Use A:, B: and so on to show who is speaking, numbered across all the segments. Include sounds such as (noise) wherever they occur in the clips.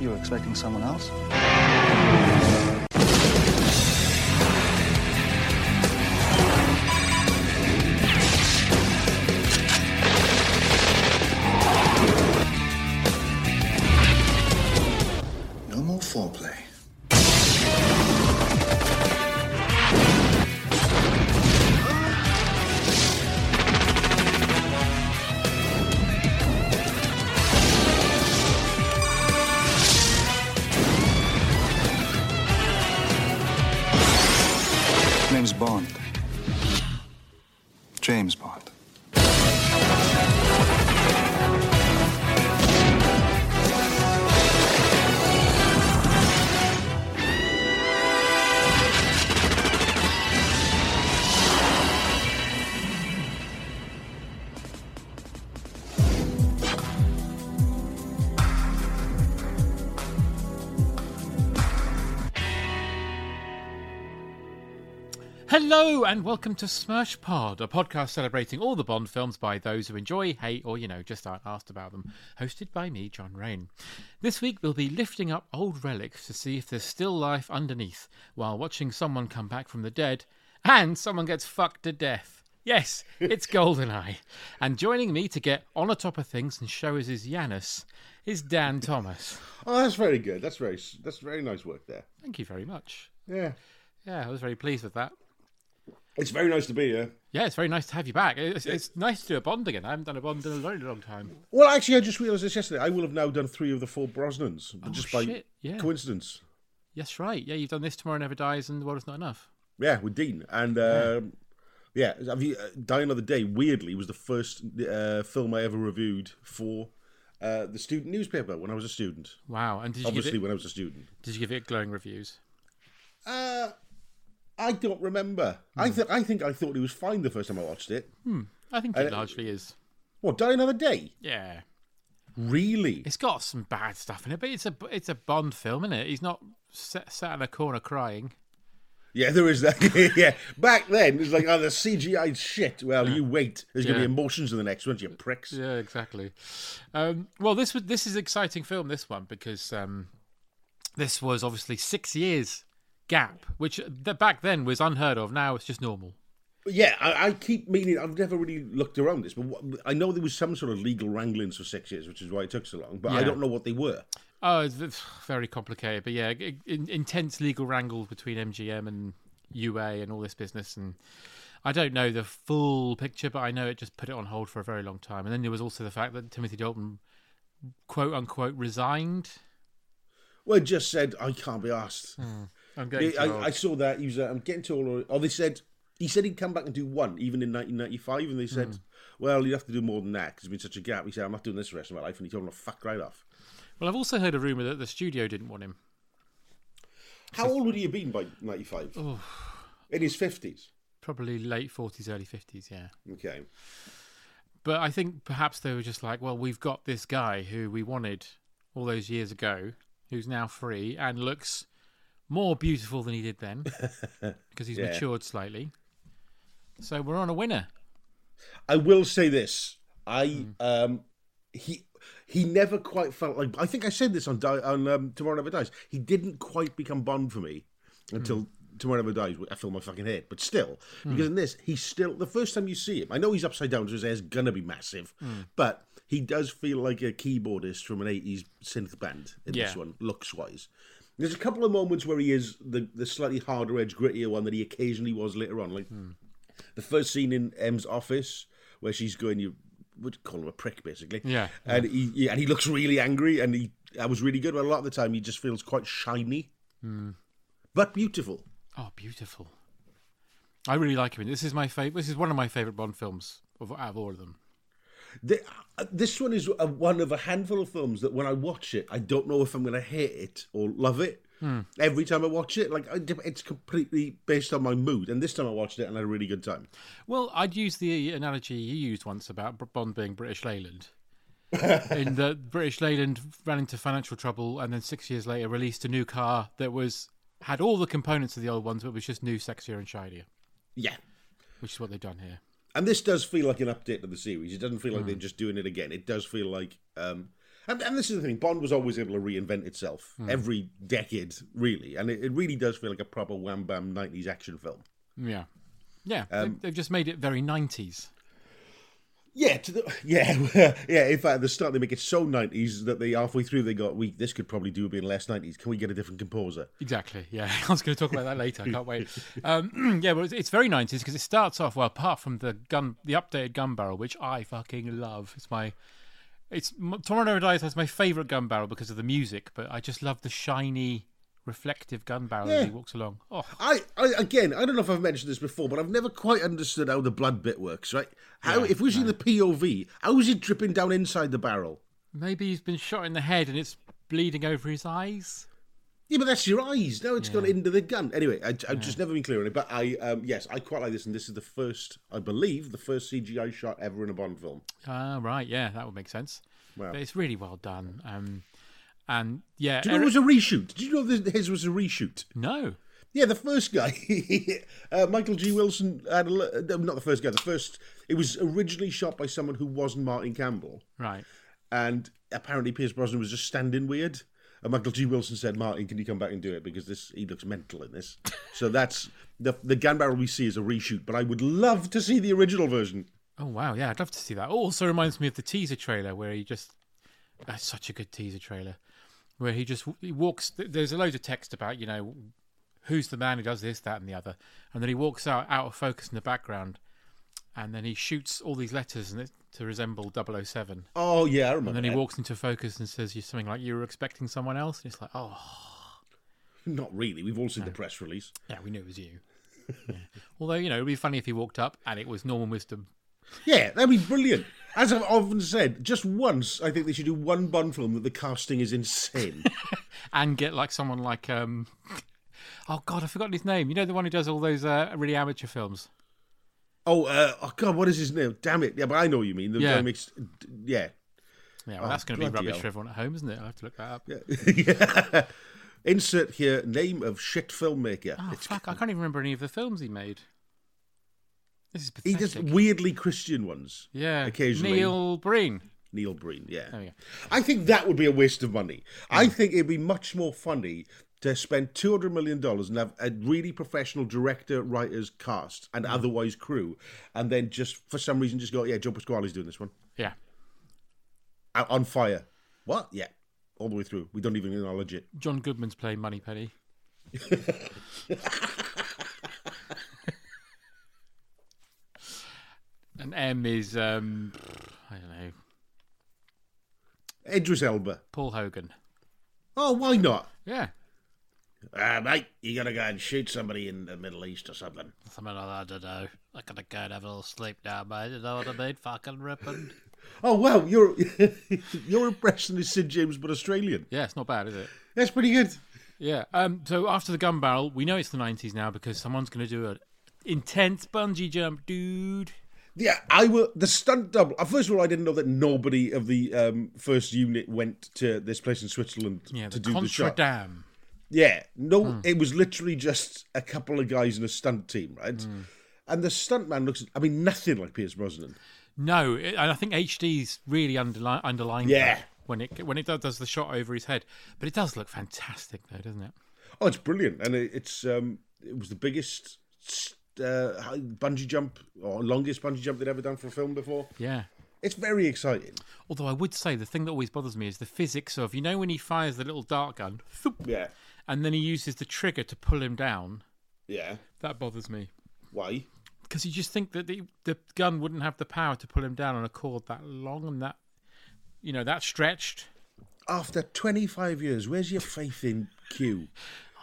A: You were expecting someone else? No more foreplay. Name's Bond. James Bond.
B: Hello and welcome to Smash Pod, a podcast celebrating all the Bond films by those who enjoy, hate, or you know just aren't asked about them. Hosted by me, John Rain. This week we'll be lifting up old relics to see if there's still life underneath, while watching someone come back from the dead, and someone gets fucked to death. Yes, it's Goldeneye. And joining me to get on the top of things and show us his Yanis is Dan Thomas.
C: Oh, that's very good. That's very s- that's very nice work there.
B: Thank you very much.
C: Yeah,
B: Yeah, I was very pleased with that.
C: it's very nice to be here.
B: Yeah, it's very nice to have you back. It's, it's nice to do a Bond again. I haven't done a Bond in a very long time.
C: Well, actually, I just realised this yesterday. I will have now done three of the four Brosnans just by
B: Oh, shit, yeah.
C: coincidence.
B: Yes, right. Yeah, you've done this. Tomorrow Never Dies and The World Is Not Enough.
C: Yeah, with Dean and um, yeah, have you, uh, Die Another Day. Weirdly, was the first uh, film I ever reviewed for uh, the student newspaper when I was a student.
B: Wow. And did you, give
C: Obviously,
B: it,
C: when I was a student.
B: did you give it glowing reviews?
C: Uh, I don't remember. I
B: Hmm.
C: think I think I thought it was fine the first time I watched it.
B: I think it largely is.
C: What Die Another Day?
B: Yeah.
C: Really?
B: It's got some bad stuff in it, but it's a it's a Bond film, isn't it? He's not sat, sat in a corner crying.
C: Yeah, there is that. (laughs) yeah, back then it was like, oh, the CGI shit. Well, you wait. There's gonna
B: Yeah.
C: be emotions in the next one, you pricks.
B: Yeah, exactly. Um, well, this was this is an exciting film. This one because um, this was obviously six years gap, which th- back then was unheard of. Now it's just normal.
C: But yeah, I, I keep meaning I've never really looked around this, but what, I know there was some sort of legal wranglings for six years, which is why it took so long. But I
B: Yeah.
C: don't know what they were.
B: Oh, it's v- very complicated, but yeah, i- in, intense legal wrangles between MGM and UA and all this business, and I don't know the full picture, but I know it just put it on hold for a very long time. And then there was also the fact that Timothy Dalton, quote unquote, resigned.
C: Well, it just said I can't be asked.
B: Hmm. I'm getting
C: They-
B: too old.
C: I, I saw that he was. Uh, I'm getting too old. Or they said he said he'd come back and do one, even in 1995, and they said,
B: Hmm.
C: well, you'd have to do more than that because there's been such a gap. He said, I'm not doing this the rest of my life, and he told him to fuck right off.
B: Well, I've also heard a rumor that the studio didn't want him.
C: How old would he have been by 95? In his 50s.
B: Probably late forties, early fifties, yeah.
C: Okay.
B: But I think perhaps they were just like, well, we've got this guy who we wanted all those years ago, who's now free and looks more beautiful than he did then because he's matured slightly. So we're on a winner.
C: I will say this. I um he he never quite felt like I think I said this on Di- on um, Tomorrow Never Dies. He didn't quite become Bond for me until Tomorrow Never Dies. I filled my fucking head, but still, because in this he's still the first time you see him. I know he's upside down, so his hair's gonna be massive, but he does feel like a keyboardist from an eighties synth band in this
B: Yeah.
C: one, looks wise. There's a couple of moments where he is the, the slightly harder edge, grittier one that he occasionally was later on, like the first scene in M's office where she's going, you would call him a prick basically.
B: Yeah.
C: And he yeah, and he looks really angry, and he that was really good. But a lot of the time, he just feels quite shiny,
B: Hmm.
C: but beautiful.
B: Oh, beautiful. I really like him. This is my favorite. This is one of my favorite Bond films of out of all of them.
C: The, uh, this one is a, one of a handful of films that when I watch it, I don't know if I'm going to hate it or love it.
B: Hmm.
C: Every time I watch it, like I- it's completely based on my mood. And this time I watched it and I had a really good time.
B: Well, I'd use the analogy you used once about Br- Bond being British Leyland. in that British Leyland ran into financial trouble and then six years later released a new car that was had all the components of the old ones, but was just new, sexier, and shinier,
C: Yeah.
B: which is what they've done here.
C: And this does feel like an update to the series. It doesn't feel like they're just doing it again. It does feel like, um, and, and this is the thing. Bond was always able to reinvent itself every decade, really, and it, it really does feel like a proper wham bam nineties action film.
B: Yeah, yeah, they- they've just made it very nineties.
C: Yeah, to the, (laughs) yeah, yeah. In fact, at the start they make it so nineties that they halfway through they got, "We this could probably do being less nineties. Can we get a different composer?"
B: Exactly. Yeah, (laughs) I was going to talk about that later. I can't wait. Um, (clears throat) yeah, well, it's, it's very nineties because it starts off well, apart from the gun, the updated gun barrel, which I fucking love. It's my, it's m- Tomorrow Never Dies has my favourite gun barrel because of the music, but I just love the shiny, reflective gun barrel as he walks along. Oh,
C: I, I again, I don't know if I've mentioned this before, but I've never quite understood how the blood bit works. Right? How if we're seeing the POV, how is it dripping down inside the barrel?
B: maybe he's been shot in the head and it's bleeding over his eyes.
C: Yeah, but that's your eyes. No, it's gone into the gun. Anyway, I, I've just never been clear on it. But I, um, yes, I quite like this, and this is the first, I believe, the first CGI shot ever in a Bond film.
B: Ah, right. Yeah, that would make sense.
C: Wow.
B: But it's really well done. Um, and yeah,
C: Do you know
B: Eric-
C: it was a reshoot? Did you know that his was a reshoot?
B: no.
C: Yeah, the first guy, (laughs) uh, Michael G. Wilson, had a, l- uh, not the first guy. The first, it was originally shot by someone who wasn't Martin Campbell,
B: Right.
C: and apparently Pierce Brosnan was just standing weird. And Michael G. Wilson said, "Martin, can you come back and do it because this he looks mental
B: (laughs)
C: in this." so that's the the gun barrel we see is a reshoot, but I would love to see the original version.
B: Oh wow, yeah, I'd love to see that. Also reminds me of the teaser trailer where he just that's such a good teaser trailer where he just he walks there's a load of text about, you know, who's the man who does this, that and the other. And then he walks out out of focus in the background and then he shoots all these letters and it to resemble 007.
C: Oh yeah, I remember.
B: And then he
C: that.
B: walks into focus and says you something like you were expecting someone else and it's like, "Oh,
C: Not really. We've all seen the press release.
B: yeah, we knew it was you." (laughs) Yeah. Although, you know, it'd be funny if he walked up and it was Norman Wisdom.
C: Yeah, that'd be brilliant. As I've often said, just once, I think they should do one Bond film that the casting is insane.
B: (laughs) and get like someone like um (laughs) oh god i've forgotten his name you know the one who does all those uh, really amateur films
C: oh, uh, oh God, what is his name? Damn it! Yeah, but I know what you mean. The
B: Yeah.
C: guy makes, yeah, (laughs)
B: yeah well, that's going to be
C: Oh, bloody
B: rubbish
C: hell.
B: for everyone at home isn't it i have to look that up
C: yeah. Insert here name of shit filmmaker.
B: oh
C: It's-
B: fuck i can't even remember any of the films he made this is
C: he
B: pathetic.
C: does weirdly Christian ones.
B: yeah
C: occasionally.
B: neil breen
C: Neil Breen, yeah.
B: There we go. Hmm.
C: I think that would be a waste of money. I think it'd be much more funny to spend two hundred million dollars and have a really professional director, writers, cast,
B: Hmm.
C: and otherwise crew, and then just for some reason just go, yeah, Joe Pasquale's doing this one
B: yeah
C: out on fire. What? Yeah, all the way through. We don't even acknowledge it.
B: john goodman's playing money penny
C: (laughs)
B: and m is um i don't know
C: Idris Elba.
B: paul hogan
C: Oh, why not?
B: yeah
C: Uh, mate, you gotta go and shoot somebody in the Middle East or something.
B: Something like that, I don't know. I gotta go and have a little sleep now, mate. You know what I mean? Fucking ripping.
C: Oh wow, (laughs) your your impression is Sid James but Australian.
B: Yeah, it's not bad, is it?
C: That's pretty good.
B: Yeah. Um. So after the gun barrel, we know it's the '90s now because someone's gonna do an intense bungee jump, dude.
C: Yeah, I will. The stunt double. uh, First of all, I didn't know that nobody of the um, first unit went to this place in Switzerland
B: Yeah, the Hmm.
C: to do the
B: Contra
C: shot.
B: Dam. Hmm.
C: Yeah, no, it was literally just a couple of guys in a stunt team, right? And the stuntman looks, I mean, nothing like Pierce Brosnan.
B: No, it, and I think HD's really underli- underlying
C: Yeah.
B: that when it when it does, does the shot over his head. But it does look fantastic though, doesn't it?
C: Oh, it's brilliant, and it, it's um, it was the biggest uh, high- bungee jump or longest bungee jump they'd ever done for a film before.
B: Yeah.
C: It's very exciting.
B: Although I would say the thing that always bothers me is the physics of you know when he fires the little dart gun, thump,
C: Yeah,
B: and then he uses the trigger to pull him down.
C: yeah.
B: That bothers me
C: Why?
B: because you just think that the the gun wouldn't have the power to pull him down on a cord that long and that you know that stretched.
C: After 25 years, where's your faith in Q?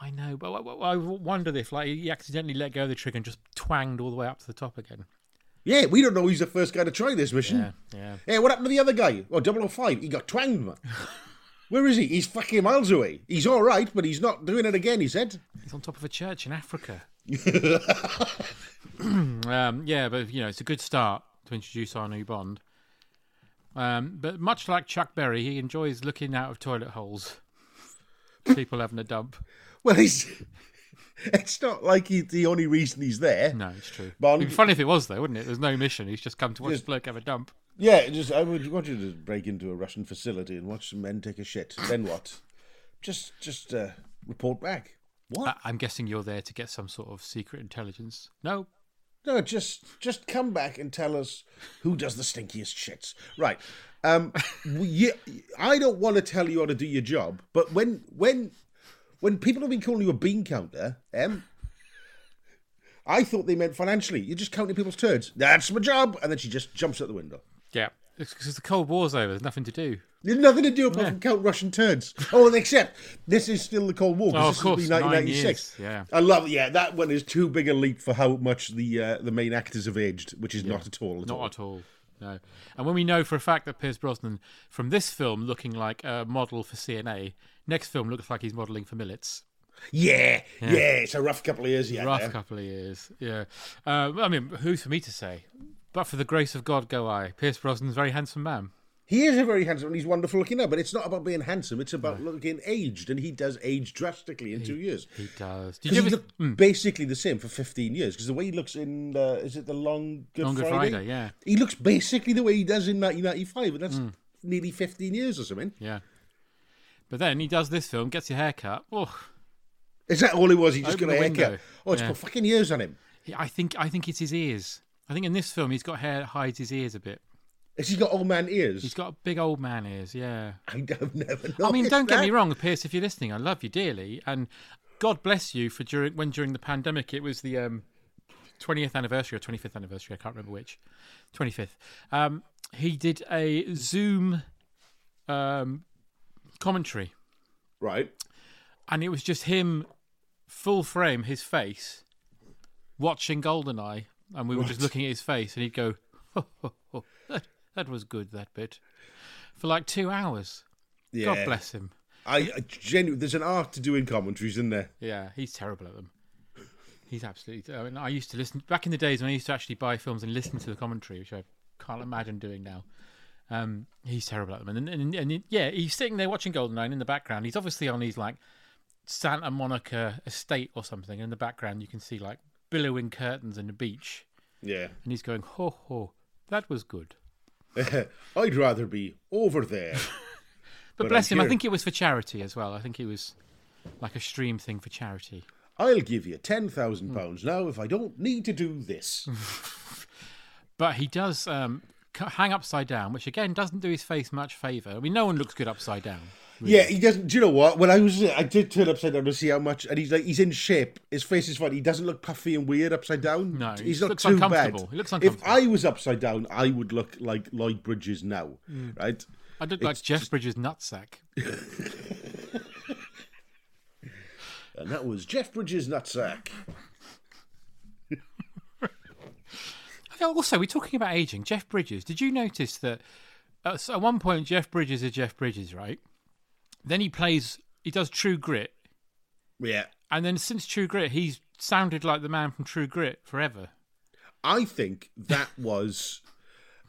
B: I know, but I, I wondered if like he accidentally let go of the trigger and just twanged all the way up to the top again.
C: Yeah, we don't know he's the first guy to try this mission.
B: Yeah, yeah.
C: Hey, what happened to the other guy? Oh, Well, 005, he got
B: (laughs)
C: twanged, man. Where is he? He's fucking miles away. He's all right, but he's not doing it again, he said.
B: He's on top of a church in Africa. um, yeah, but you know, it's a good start to introduce our new Bond. Um, but much like Chuck Berry, he enjoys looking out of toilet holes. People having a dump.
C: Well, he's. It's not like he's the only reason he's there.
B: No, it's true.
C: Bond-
B: It'd be funny if it was though, wouldn't it? There's no mission. He's just come to watch
C: Yes.
B: the bloke have a dump.
C: Yeah, just I would want you to break into a Russian facility and watch some men take a shit. then what? Just, just uh, report back. What?
B: I- I'm guessing you're there to get some sort of secret intelligence. No,
C: No, just just come back and tell us who does the stinkiest shits. Right. Um (laughs) we- you, I don't want to tell you how to do your job, but when when when people have been calling you a bean counter, em, I thought they meant financially. You're just counting people's turds. That's my job. And then she just jumps out the window.
B: yeah, because the Cold War's over. There's nothing to do.
C: There's nothing to do apart from count Russian turds. Oh, and except this is still the Cold War. 'cause
B: Oh, of
C: this will be
B: course, nine
C: 1996.
B: years, yeah.
C: I love. Yeah, that one is too big a leap for how much the uh, the main actors have aged, which is not at all. At
B: Not
C: all.
B: at all. No. And when we know for a fact that Pierce Brosnan, from this film looking like a model for CNA, next film looks like he's modelling for Millets.
C: Yeah, yeah, It's a rough couple of years. Yeah,
B: Rough couple of years. Yeah. Uh, I mean, who's for me to say? But for the grace of God, go I. Pierce Brosnan's a very handsome man.
C: he is a very handsome and he's wonderful looking now. But it's not about being handsome; it's about looking aged, and he does age drastically in two years.
B: He mm. does. Did
C: 'Cause
B: you
C: he
B: ever?
C: looked basically the same for 15 years because the way he looks in uh, is it the long good
B: Long Good
C: friday?
B: Friday, yeah.
C: he looks basically the way he does in 1995 and that's
B: Mm.
C: nearly 15 years or something
B: Yeah. But then he does this film, gets a haircut. Oh,
C: is that all it was he just
B: Open
C: got a
B: the
C: haircut
B: window.
C: oh it's
B: Yeah.
C: put fucking years on him
B: he- I think I think it's his ears. I think in this film he's got hair that hides his ears a bit.
C: has he got old man ears
B: He's got big old man ears. Yeah.
C: i (laughs) have never noticed
B: I mean, don't get
C: Oh, that.
B: me wrong, Pierce. If you're listening, I love you dearly, and God bless you for during when during the pandemic it was the um, 20th anniversary or 25th anniversary. I can't remember which. 25th. Um, he did a Zoom um, commentary,
C: right
B: and it was just him, full frame, his face, watching Goldeneye, and we were just looking at his face, and he'd go, that, "That was good, that bit," for like two hours.
C: yeah
B: God bless him.
C: i, I genuinely there's an art to doing commentaries isn't there
B: Yeah, he's terrible at them. He's absolutely. I mean, I used to listen back in the days when I used to actually buy films and listen to the commentary, which I can't imagine doing now. Um, he's terrible at them, and and, and, and yeah, he's sitting there watching Goldeneye in the background. He's obviously on his like Santa Monica estate or something. In the background, you can see like billowing curtains and a beach,
C: yeah
B: and he's going, "Ho ho, that was good."
C: i'd rather be
B: (laughs)
C: over there
B: But,
C: But
B: bless
C: I'm
B: him, I
C: here.
B: think it was for charity as well. I think it was like a stream thing for charity.
C: i'll give you
B: Hmm.
C: 10000 pounds now if i don't need to do
B: (laughs)
C: this
B: But he does um, c- hang upside down, which again doesn't do his face much favour. I mean, no one looks good upside down.
C: Yeah, he doesn't. Do you know what? When I was, I did turn upside down to see how much, and he's like, he's in shape. His face is fine. He doesn't look puffy and weird upside down.
B: No, he
C: he's not
B: looks
C: too
B: uncomfortable.
C: bad.
B: He looks
C: If
B: uncomfortable.
C: I was upside down, I would look like Lloyd Bridges now,
B: Hmm.
C: right?
B: I look like
C: It's
B: Jeff Bridges' nutsack.
C: And that was Jeff Bridges' nutsack.
B: Okay, Also, we're talking about aging. Jeff Bridges. Did you notice that at s- at one point Jeff Bridges is Jeff Bridges, right? Then he plays, he does True Grit,
C: Yeah,
B: and then since True Grit, he's sounded like the man from True Grit forever.
C: I think that (laughs) was.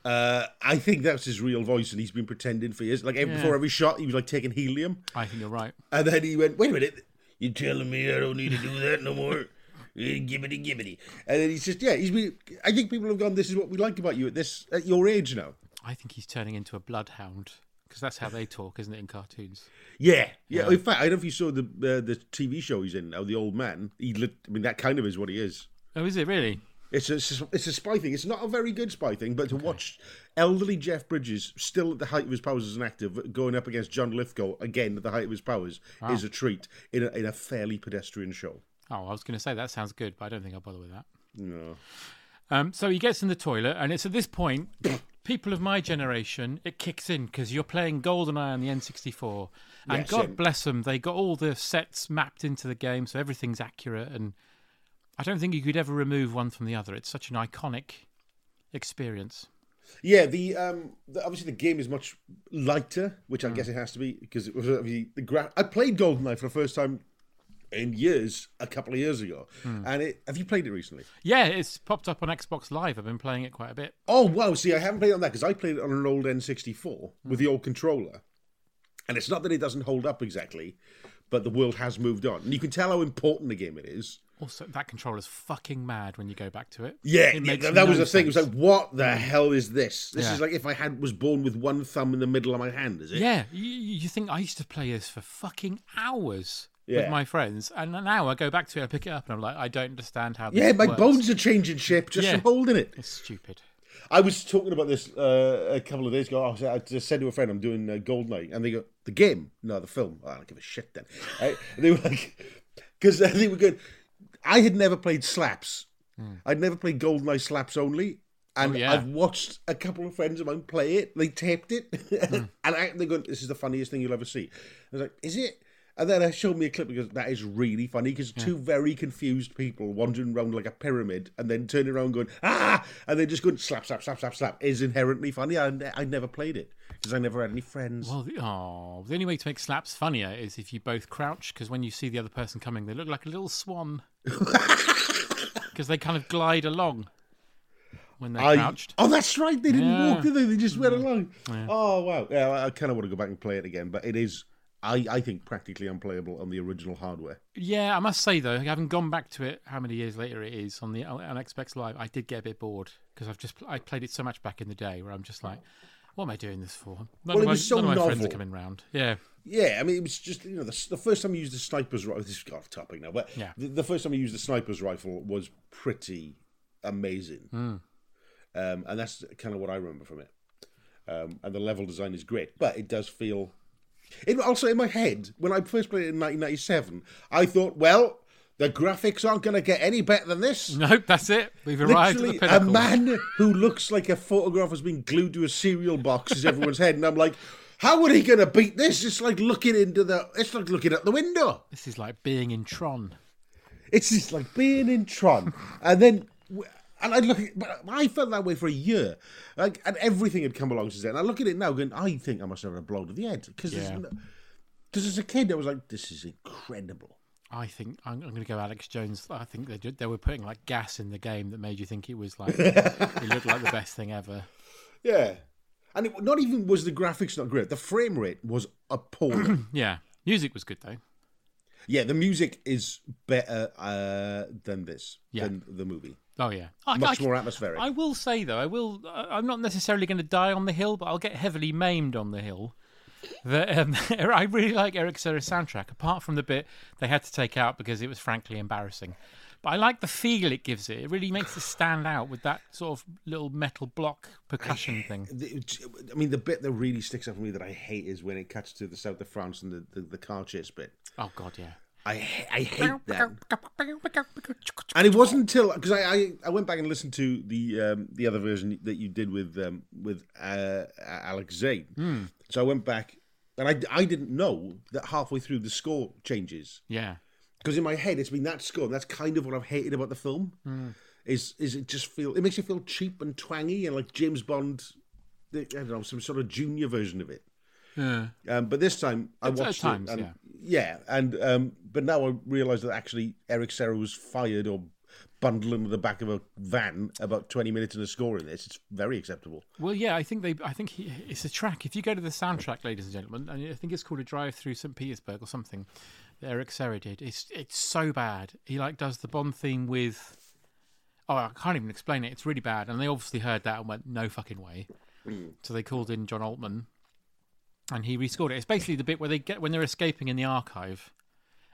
C: Uh, I think that's his real voice, and he's been pretending for years. Like every, before every shot, he was like taking helium,
B: I think you're right.
C: and then he went, "Wait a minute, you telling me I don't need to do that no more?" (laughs) eh, gibbity gibbity, and then he's just yeah. He's been, I think people have gone. This is what we like about you at this at your age now.
B: I think he's turning into a bloodhound because that's how they talk, isn't it, in cartoons?
C: Yeah, yeah. In fact, I don't know if you saw the uh, the TV show he's in now, The Old Man. He, lit, I mean, that kind of is what he is.
B: Oh, is it really?
C: It's a, it's a it's a spy thing. It's not a very good spy thing, but to watch elderly Jeff Bridges, still at the height of his powers as an actor, going up against John Lithgow again at the height of his powers, is a treat in a, in a fairly pedestrian show.
B: Oh, I was going to say that sounds good, but I don't think I'll bother with that.
C: No.
B: Um, so he gets in the toilet, and it's at this point, (coughs) people of my generation, it kicks in because you're playing GoldenEye on the N64, and
C: Yes,
B: God
C: um,
B: bless them, they got all the sets mapped into the game, so everything's accurate, and I don't think you could ever remove one from the other. It's such an iconic experience.
C: Yeah, the um, the, obviously the game is much lighter, which I
B: Mm.
C: guess it has to be because it was obviously the gra- I played GoldenEye for the first time in years, a couple of years ago,
B: Hmm.
C: and it. Have you played it recently?
B: Yeah, it's popped up on Xbox Live. I've been playing it quite a bit.
C: Oh wow! See, I haven't played it on that because I played it on an old N64 with
B: Hmm.
C: the old controller, and it's not that it doesn't hold up exactly, but the world has moved on, and you can tell how important the game it is.
B: Also, that controller's fucking mad when you go back to it.
C: Yeah,
B: It
C: yeah,
B: makes
C: that, that was
B: no
C: the thing. It was
B: sense. Hmm.
C: like, what the hell is this? This
B: Yeah.
C: is like if I had was born with one thumb in the middle of my hand. Is it?
B: Yeah, you, you think I used to play this for fucking hours
C: Yeah.
B: with my friends, and now I go back to it, I pick it up, and I'm like, I don't understand how. This
C: Yeah, my
B: works.
C: bones are changing shape just
B: Yeah.
C: from holding it.
B: It's stupid.
C: I was talking about this uh, a couple of days ago. I, was, I just said to a friend, "I'm doing uh, Goldeneye," and they go, "The game? No, the film." Oh, I don't give a shit then. I, they were like, (laughs) because they were good. I had never played slaps. I'd never played Goldeneye slaps only, and
B: Hmm. Oh, yeah.
C: I've watched a couple of friends of mine play it. They taped it, (laughs)
B: Hmm.
C: and I, they go, "This is the funniest thing you'll ever see." I was like, "Is it?" And then I showed me a clip because that is really funny because two very confused people wandering around like a pyramid and then turning around going ah and then just going slap slap slap slap slap is inherently funny. I, I never played it because I never had any friends.
B: Well, the, oh, the only way to make slaps funnier is if you both crouch, because when you see the other person coming, they look like a little
C: (laughs)
B: swan, (laughs) because they kind of glide along when they're
C: I-
B: crouched.
C: oh, that's right. They didn't
B: Yeah. Hmm.
C: walk, did they? They just went along. Oh wow! Yeah, I, I kind of want to go back and play it again, but it is, I, I think, practically unplayable on the original hardware.
B: Yeah, I must say though, having gone back to it, how many years later it is on the on Xbox Live, I did get a bit bored because I've just I played it so much back in the day where I'm just like, what am I doing this for? None
C: Well,
B: of
C: it
B: my,
C: was so
B: none of my friends are
C: novel.
B: coming round. Yeah, (laughs)
C: Yeah, I mean, it was just you know the, the first time I used the sniper's rifle. This is off topic now, but
B: Yeah.
C: the, the first time I used the sniper's rifle was pretty amazing, um, and that's kind of what I remember from it. Um, and the level design is great, but it does feel. It, also, in my head, when I first played it in 1997, I thought, well, the graphics aren't going to get any better than this.
B: nope, that's it. We've arrived at
C: Literally,
B: the
C: a
B: pinnacle.
C: man who looks like a photograph has been glued to a cereal box is everyone's head, and I'm like, how are he going to beat this? It's like looking into the, it's like looking at the window.
B: This is like being in Tron.
C: It's just like being in Tron, and then, and I look, at, but I felt that way for a year, like, and everything had come along since then. And I look at it now, going, I think I must have had a blow to the head because,
B: Yeah.
C: because as a kid, I was like, this is incredible.
B: I think I'm, I'm going to go Alex Jones. I think they did, they were putting like gas in the game that made you think it was
C: (laughs)
B: like it looked like the best thing ever.
C: Yeah. And it, not even was the graphics not great. The frame rate was appalling.
B: Yeah, music was good though.
C: Yeah, the music is better uh, than this,
B: Yeah.
C: than the movie.
B: Oh yeah, I,
C: Much
B: I-
C: more atmospheric.
B: I will say though, I will. I- I'm not necessarily going to die on the hill, but I'll get heavily maimed on the hill. That um, (laughs) I really like Eric Serra's soundtrack, apart from the bit they had to take out because it was frankly embarrassing. But I like the feel it gives it. It really makes it stand out with that sort of little metal block percussion thing.
C: The- I mean, the bit that really sticks out for me that I hate is when it cuts to the south of France and the, the, the car chase bit.
B: Oh god, yeah.
C: I, ha- I hate that. And it wasn't until because I, I I went back and listened to the um, the other version that you did with um, with uh, Alex Zane. So I went back and I, I didn't know that halfway through the score changes.
B: Yeah.
C: because in my head it's been that score and that's kind of what i've hated about the film is is it just feel it makes you feel cheap and twangy and like james bond i don't know some sort of junior version of it
B: Yeah.
C: um, but this time i
B: At- at
C: watched
B: times,
C: it and,
B: yeah.
C: and um but now i realize that actually eric serra was fired or bundle him with the back of a van about 20 minutes into scoring this. It's very acceptable.
B: Well, yeah, I think they. I think he, it's a track. If you go to the soundtrack, ladies and gentlemen, and I think it's called a drive through St. Petersburg or something. That Eric Serra did. It's it's so bad. He like does the Bond theme with. Oh, I can't even explain it. It's really bad, and they obviously heard that and went, "No fucking way." So they called in John Altman, and he rescored it. It's basically the bit where they get when they're escaping in the archive,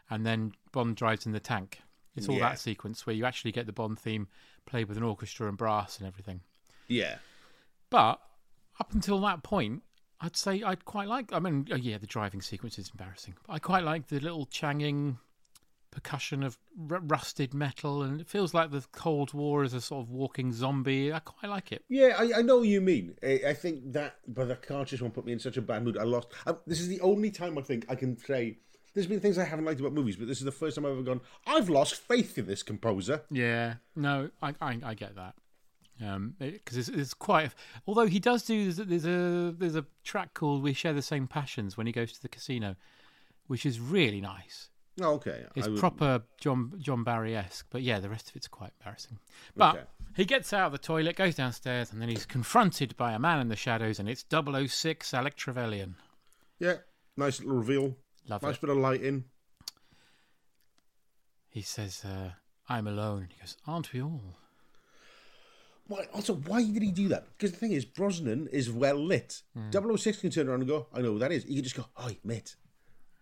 B: and then Bond drives in the tank. It's all
C: Yeah.
B: that sequence where you actually get the Bond theme played with an orchestra and brass and everything.
C: Yeah.
B: But up until that point, I'd say I'd quite like. I mean, oh yeah, the driving sequence is embarrassing. But I quite like the little changing percussion of r- rusted metal, and it feels like the Cold War is a sort of walking zombie. I quite like it.
C: Yeah, I, I know what you mean. I, I think that, but that car just won't put me in such a bad mood. I lost. I, this is the only time I think I can say. There's been things I haven't liked about movies, but this is the first time I've ever gone. I've lost faith in this composer.
B: Yeah, no, I I, I get that. Um, because it's, it's quite. Although he does do there's, a- there's a there's a track called "We Share the Same Passions" when he goes to the casino, which is really nice.
C: Oh, okay,
B: It's
C: I would-
B: proper John John Barry esque, but yeah, the rest of it's quite embarrassing. But
C: Okay.
B: he gets out of the toilet, goes downstairs, and then he's confronted by a man in the shadows, and it's 006 Alec Trevelyan.
C: Yeah, nice little reveal.
B: Love
C: nice
B: it.
C: bit of lighting.
B: He says, uh, "I'm alone." He goes, "Aren't we all?"
C: Why, also, why did he do that? Because the thing is, Brosnan is well lit.
B: Hmm.
C: 006 can turn around and go, I know who that is. He can just go, Hi, mate.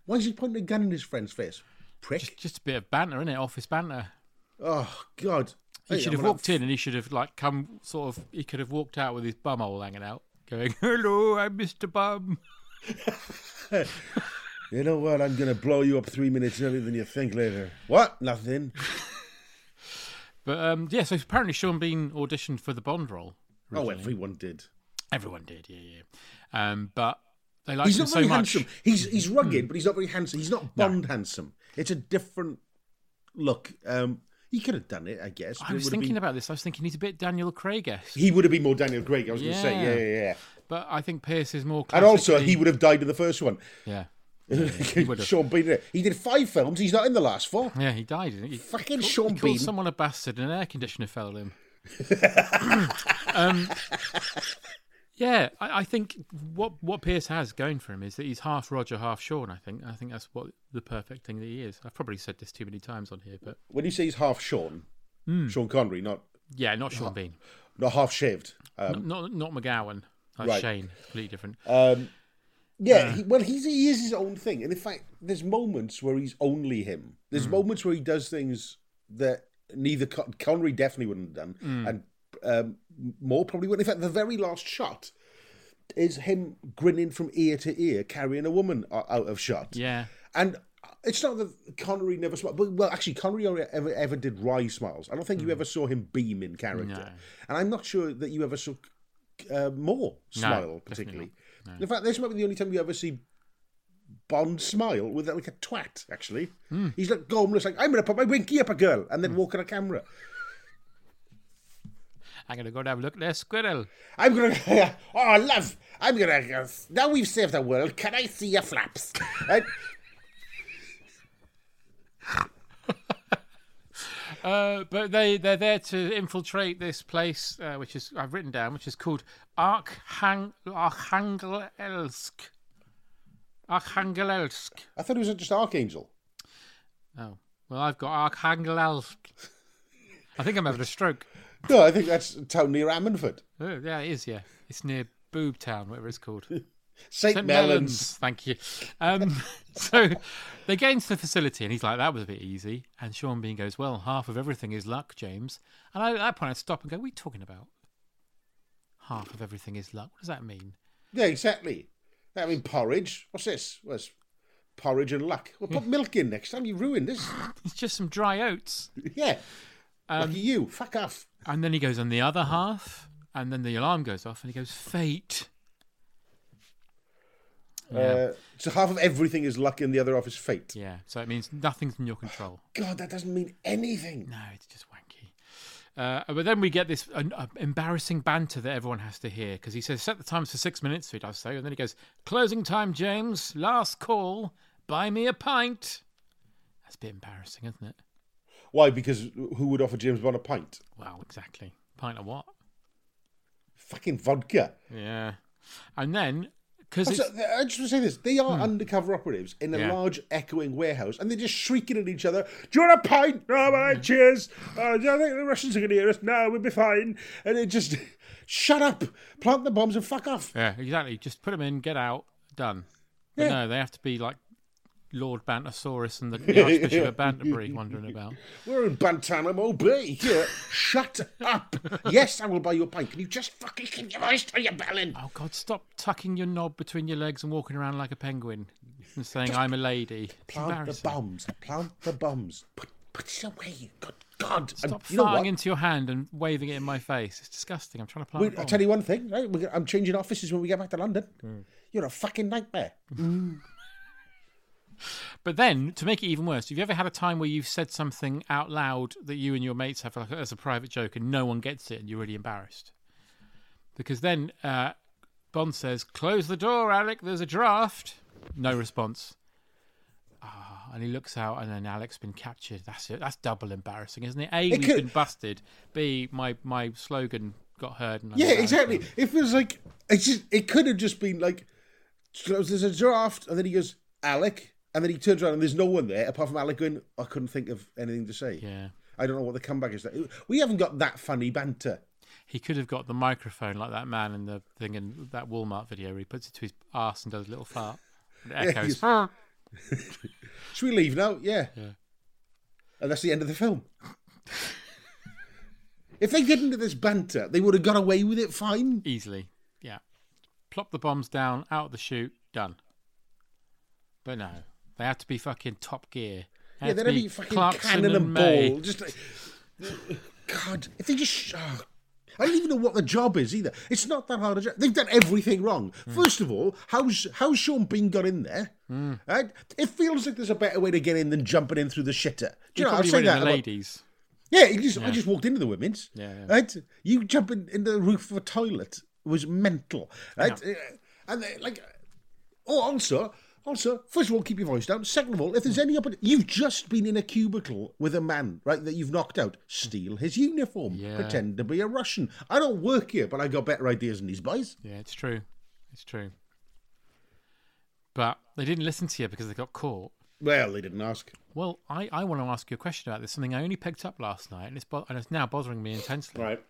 C: Why is he pointing a gun in his friend's face? Prick.
B: Just just a bit of banter, innit? Office banter.
C: Oh, God.
B: He
C: Hey,
B: should
C: I'm
B: have
C: gonna-
B: walked in, and he should have like come sort of. He could have walked out with his bum hole hanging out, going, (laughs) "Hello, I'm Mr. Bum."
C: You know what? I'm going to blow you up three minutes earlier than you think later. What? Nothing.
B: But um, yeah, so apparently Sean Bean auditioned for the Bond role.
C: Oh,
B: originally.
C: everyone did.
B: Everyone did, yeah, yeah. Um, but they liked
C: He's
B: him
C: not
B: so
C: very
B: much. Hmm.
C: handsome. He's he's rugged, but he's not very handsome. He's not Bond handsome. It's a different look. Um, he could have done it, I guess. but
B: I
C: it
B: was
C: would have
B: thinking
C: been-
B: about this. I was thinking he's a bit Daniel Craig esque,
C: He would have been more Daniel Craig. I was going to
B: Yeah.
C: say, yeah, yeah, yeah.
B: but I think Pierce is more.
C: And also,
B: classically-
C: he would have died in the first one.
B: Yeah,
C: (laughs)
B: would have.
C: Sean Bean. He did five films. He's not in the last four.
B: yeah, he died. Didn't he?
C: Fucking
B: He
C: Sean
B: called
C: Bean.
B: someone a bastard, and an air conditioner fell
C: (laughs)
B: on him. um, yeah, I, I think what what Pierce has going for him is that he's half Roger, half Sean. I think. I think that's what the perfect thing that he is. I've probably said this too many times on here, but
C: When you say he's half Sean,
B: Hmm.
C: Sean Connery, not
B: yeah, not Sean Bean,
C: not half shaved. Uh-huh. Um,
B: not not, not McGowan. That's
C: Right.
B: Shane, completely different.
C: um, yeah, he, well, he's he is his own thing, and in fact, there's moments where he's only him. There's moments where he does things that neither Con- Connery definitely wouldn't have done, and um, more probably wouldn't. In fact, the very last shot is him grinning from ear to ear, carrying a woman o- out of shot.
B: Yeah.
C: And it's not that Connery never smiled, but well, actually, Connery only ever ever did wry smiles. I don't think you ever saw him beam in character,
B: No.
C: and I'm not sure that you ever saw uh, more smile, particularly. In fact, this might be the only time you ever see Bond smile with like a twat. Actually, he's like gormless, like I'm going to put my winky up a girl, and then walk on a camera.
B: I'm gonna go and have a look at their squirrel.
C: I'm going (laughs) to, oh love, I'm going to. Now we've saved the world. Can I see your flaps? (laughs) And-
B: Uh, but they they're there to infiltrate this place, uh, which is I've written down, which is called Arkhang Arkhangelsk. Arkhangelsk.
C: I thought it was just Archangel.
B: Oh well, I've got Arkhangelsk. I think I'm having a stroke.
C: No, I think that's a town near Ammanford.
B: Oh, yeah, it is. Yeah, it's near Boob Town, whatever it's called.
C: St.
B: St.
C: Mellons.
B: Mellons. Thank you. Um, (laughs) so they get into the facility, and he's like, "That was a bit easy." And Sean Bean goes, "Well, half of everything is luck, James." And I, at that point, I stop and go, "What are you talking about? Half of everything is luck. What does that mean?"
C: Yeah, exactly. I mean, porridge. What's this? What's porridge and luck? Well, put milk in next time. You ruin this.
B: It's just some dry oats.
C: Yeah. Lucky you. Fuck off.
B: And then he goes on the other half, and then the alarm goes off, and he goes, "Fate."
C: Uh, so half of everything is luck and the other half is fate.
B: Yeah. So it means nothing's in your control.
C: God, that doesn't mean anything.
B: No, it's just wanky. Uh, but then we get this uh, uh, embarrassing banter that everyone has to hear because he says, set the times for six minutes, so he does so. And then he goes, closing time, James, last call, buy me a pint. That's a bit embarrassing, isn't it?
C: Why? Because who would offer James Bond a pint?
B: Well, exactly. Pint of what?
C: Fucking vodka.
B: Yeah. And then, because
C: Also, uh, I just want to say this: they are undercover operatives in a
B: Hmm. Yeah.
C: large, echoing warehouse, and they're just shrieking at each other. Do you want a pint? No, all right, cheers. Uh, I think the Russians are going to hear us. No, we'll be fine. And it just (laughs) shut up, plant the bombs, and fuck off.
B: Yeah, exactly. Just put them in, get out, done. But
C: Yeah.
B: no, they have to be like Lord Bantasaurus and the, the Archbishop of Banterbury wondering about.
C: We're in Bantanamo Bay. Yeah, shut up. Yes, I will buy you a pint. Can you just fucking keep your voice to your belly?
B: Oh God, stop tucking your knob between your legs and walking around like a penguin and saying I'm a lady. It's
C: Plant the
B: embarrassing.
C: bombs. Plant the bombs. Put, put it away. Good God. And
B: Stop
C: you know
B: farting
C: what?
B: into your hand and waving it in my face. It's disgusting. I'm trying to plant.
C: We,
B: a
C: I'll
B: bomb.
C: tell you one thing, right? We're, gonna- I'm changing offices when we get back to London.
B: Hmm.
C: You're a fucking nightmare.
B: But then, to make it even worse, have you ever had a time where you've said something out loud that you and your mates have like, as a private joke and no one gets it and you're really embarrassed? Because then uh, Bond says, Close the door, Alec, there's a draft. No response. Ah, and he looks out and then Alec's been captured. That's it. That's double embarrassing, isn't it? A,
C: It
B: we've
C: could-
B: been busted. B, my, my slogan got heard. And I'm
C: Yeah,
B: embarrassed.
C: exactly. If it was like, it's just, it could have just been like, so there's a draft, and then he goes, Alec, and then he turns around and there's no one there apart from Alec going, I couldn't think of anything to say.
B: Yeah.
C: I don't know what the comeback is. We haven't got that funny banter.
B: He could have got the microphone like that man in the thing in that Walmart video where he puts it to his ass and does a little fart.
C: (laughs)
B: It echoes.
C: Should we leave now? Yeah. And that's the end of the film. (laughs) if they didn't do this banter, they would have got away with it fine.
B: Easily. Yeah. Plop the bombs down, out the chute, done. But no. They have to be fucking top gear. They
C: Yeah,
B: have to
C: they'd be fucking cannon and
B: May.
C: ball. Just like, God, if they just. sh- Oh, I don't even know what the job is either. It's not that hard a job. They've done everything wrong.
B: Hmm.
C: First of all, how's how's Sean Bean got in there? Right? It feels like there's a better way to get in than jumping in through the shitter.
B: He
C: Do you know? I've
B: probably
C: said
B: went in
C: that.
B: the
C: about-
B: ladies.
C: yeah, he just, I just walked into the women's.
B: Yeah, yeah.
C: Right? You jumping in the roof of a toilet was mental. Right? Uh, And uh, like, oh, also, also, first of all, keep your voice down. Second of all, if there's any, oppor- you've just been in a cubicle with a man, right, that you've knocked out. Steal his uniform.
B: Yeah.
C: Pretend to be a Russian. I don't work here, but I got better ideas than these boys.
B: Yeah, it's true. It's true. But they didn't listen to you because they got caught.
C: Well, they didn't ask.
B: Well, I, I want to ask you a question about this, something I only picked up last night, and it's, bo- and it's now bothering me intensely.
C: Right.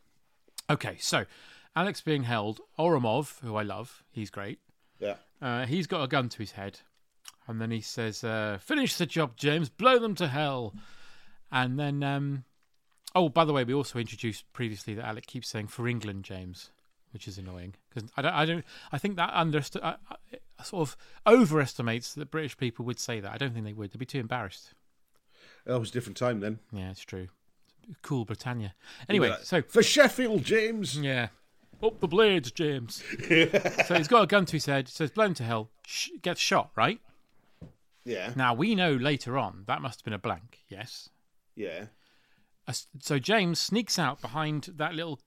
B: Okay, so Alex being held, Oromov, who I love, he's great.
C: Yeah.
B: Uh, he's got a gun to his head, and then he says, uh, "Finish the job, James. Blow them to hell." And then, um, oh, by the way, we also introduced previously that Alec keeps saying "for England, James," which is annoying because I don't, I don't, I think that underst- I, I, sort of overestimates that British people would say that. I don't think they would. They'd be too embarrassed.
C: That was a different time then.
B: Yeah, it's true. Cool Britannia. Anyway,
C: Like,
B: so
C: for Sheffield, James.
B: yeah. Up the blades,
C: (laughs)
B: James. so he's got a gun to his head, says, blown to hell, sh- gets shot, right?
C: Yeah.
B: Now, we know later on that must have been a blank, yes.
C: Yeah.
B: A s- So James sneaks out behind that little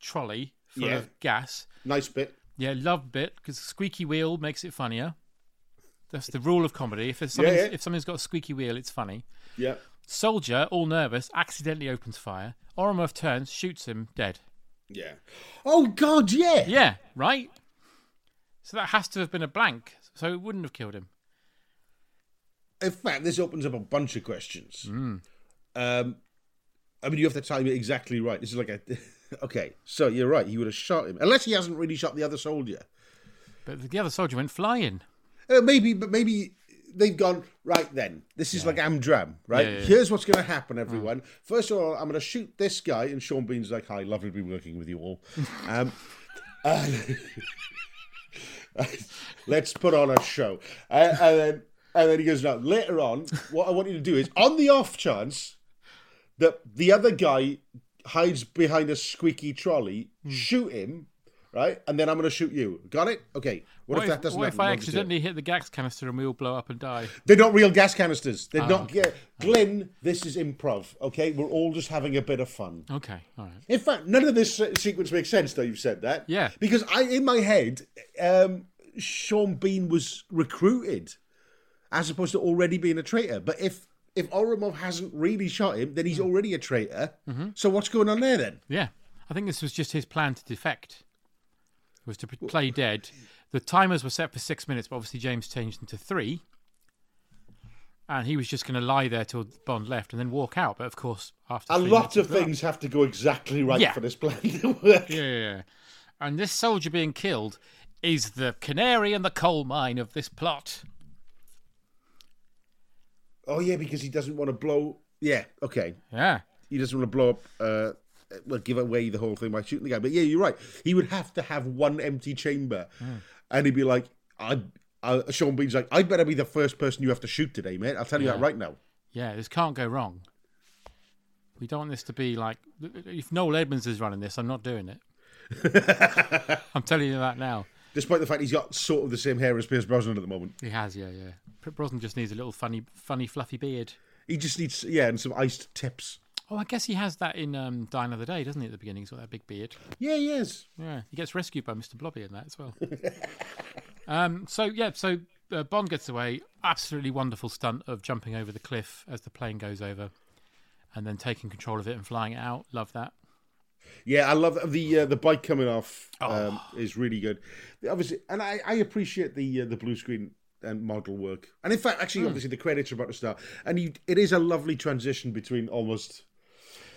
B: trolley full
C: Yeah.
B: of gas.
C: Nice bit.
B: Yeah, love bit, because squeaky wheel makes it funnier. That's the rule of comedy. If, there's something,
C: yeah.
B: if something's got a squeaky wheel, it's funny.
C: Yeah.
B: Soldier, all nervous, accidentally opens fire. Oromov turns, shoots him, dead.
C: Yeah. Oh God, yeah.
B: Yeah, right? So that has to have been a blank, so it wouldn't have killed him.
C: In fact, this opens up a bunch of questions. Um, I mean, you have to time it exactly right. This is like a (laughs) okay. So you're right. He would have shot him, unless he hasn't really shot the other soldier.
B: But the other soldier went flying.
C: Uh, maybe, but maybe they've gone right. Then this is like Amdram, right?
B: Yeah, yeah, Mm. yeah.
C: Here's what's going to happen, everyone. First of all, I'm going to shoot this guy, and Sean Bean's like, "Hi, lovely to be working with
B: (laughs)
C: you all." um, and- (laughs) let's put on a show, and, and then and then he goes, "Now later on, what I want you to do is, on the off chance that the other guy hides behind a squeaky trolley,
B: Hmm.
C: shoot him." Right, and then I'm going to shoot you. Got it? Okay. What, if, that doesn't
B: what
C: happen?
B: if I
C: What does it?
B: accidentally hit the gas canister and we all blow up and die?
C: They're not real gas canisters.
B: Ah.
C: They're not. Yeah, Glenn, this is improv. Okay, we're all just having a bit of fun.
B: Okay, all right.
C: In fact, none of this se- sequence makes sense. Though you've said that.
B: Yeah.
C: Because I, in my head, um, Sean Bean was recruited, as opposed to already being a traitor. But if if Oromov hasn't really shot him, then he's
B: Hmm.
C: already a traitor.
B: Mm-hmm.
C: So what's going on there then?
B: Yeah, I think this was just his plan to defect, was to p- play dead. The timers were set for six minutes, but obviously James changed them to three, and he was just going to lie there till Bond left and then walk out. But of course, after
C: A
B: three
C: lot
B: minutes
C: of
B: was up.
C: things have to go exactly right
B: Yeah.
C: for this plan to work.
B: Yeah, yeah, yeah. and this soldier being killed is the canary in the coal mine of this plot.
C: Oh yeah, because he doesn't want to blow. Yeah, okay.
B: Yeah,
C: He doesn't want to blow up. Uh, well, give away the whole thing by shooting the guy. But yeah, you're right. He would have to have one empty chamber,
B: Hmm.
C: and he'd be like, "I." Uh, Sean Bean's like, "I'd better be the first person you have to shoot today, mate. I'll tell you that right now."
B: yeah. This can't go wrong. We don't want this to be like if Noel Edmonds is running this, I'm not doing it. I'm telling you that now.
C: Despite the fact he's got sort of the same hair as Pierce Brosnan at the moment,
B: He has, yeah, yeah. P- Brosnan just needs a little funny, funny, fluffy beard.
C: he just needs yeah, and some iced tips.
B: Oh, I guess he has that in um, Die Another Day, doesn't he? At the beginning, he's got that big beard.
C: Yeah, yes.
B: Yeah, he gets rescued by Mr. Blobby in that as well. (laughs) um, so yeah, so uh, Bond gets away. Absolutely wonderful stunt of jumping over the cliff as the plane goes over, and then taking control of it and flying it out. Love that.
C: Yeah, I love the uh, the bike coming off
B: Oh.
C: um, is really good. Obviously, and I, I appreciate the uh, the blue screen and model work. And in fact,
B: Hmm.
C: actually, obviously, the credits are about to start, and you, it is a lovely transition between almost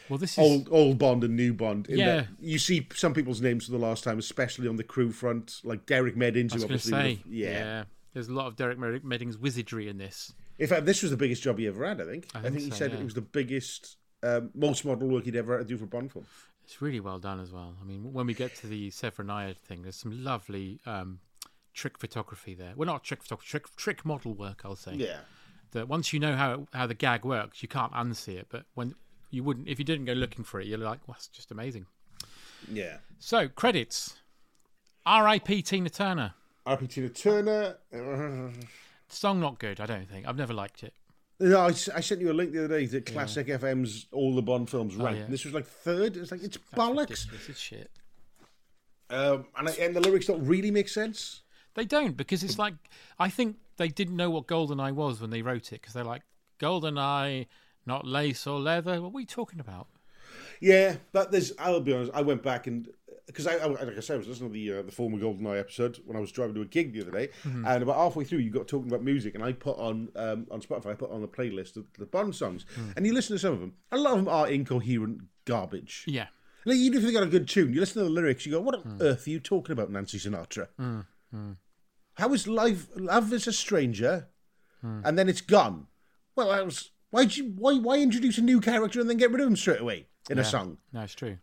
B: Well, this is
C: old old Bond and new Bond. In
B: Yeah.
C: that you see some people's names for the last time, especially on the crew front, like Derek Meddings.
B: I was
C: who
B: going to say,
C: obviously was- yeah.
B: There's a lot of Derek Med- Medding's wizardry in this.
C: In fact, this was the biggest job he ever had. I think. I think,
B: think
C: he
B: so,
C: said
B: yeah.
C: it was the biggest. Um, most model work he'd ever had to do for a Bond film.
B: It's really well done as well. I mean, when we get to the Severnaya thing, there's some lovely um, trick photography there. Well, not trick photography, trick, trick model work, I'll say.
C: Yeah,
B: That once you know how how the gag works, you can't unsee it. But when you wouldn't, if you didn't go looking for it, you're like, "What's just amazing."
C: yeah.
B: So credits. R.I.P. Tina Turner.
C: RP Tina Turner. (laughs)
B: Song not good. I don't think. I've never liked it.
C: No, I, s- I sent you a link the other day to Classic FM's All the Bond Films rank.
B: yeah.
C: and This was like third. It's like, it's bollocks.
B: Ridiculous. It's shit.
C: Um, and, I, and the lyrics don't really make sense.
B: They don't because it's like I think they didn't know what Goldeneye was when they wrote it because they're like Goldeneye, not lace or leather. What are we talking about?
C: Yeah, but there's, I'll be honest, I went back and, because I, I- like I said, I was listening to the, uh, the former GoldenEye episode when I was driving to a gig the other day. And about halfway through, you got talking about music. And I put on, um, on Spotify, I put on the playlist of the Bond songs. And you listen to some of them. A lot of them are incoherent garbage.
B: Yeah,
C: Like, even if they got a good tune, you listen to the lyrics, you go, "What on
B: Hmm.
C: earth are you talking about, Nancy Sinatra? How is life? Love is a stranger,
B: Hmm.
C: and then it's gone. Well, I was why would you why why introduce a new character and then get rid of him straight away in a
B: Yeah.
C: song?
B: no, it's true.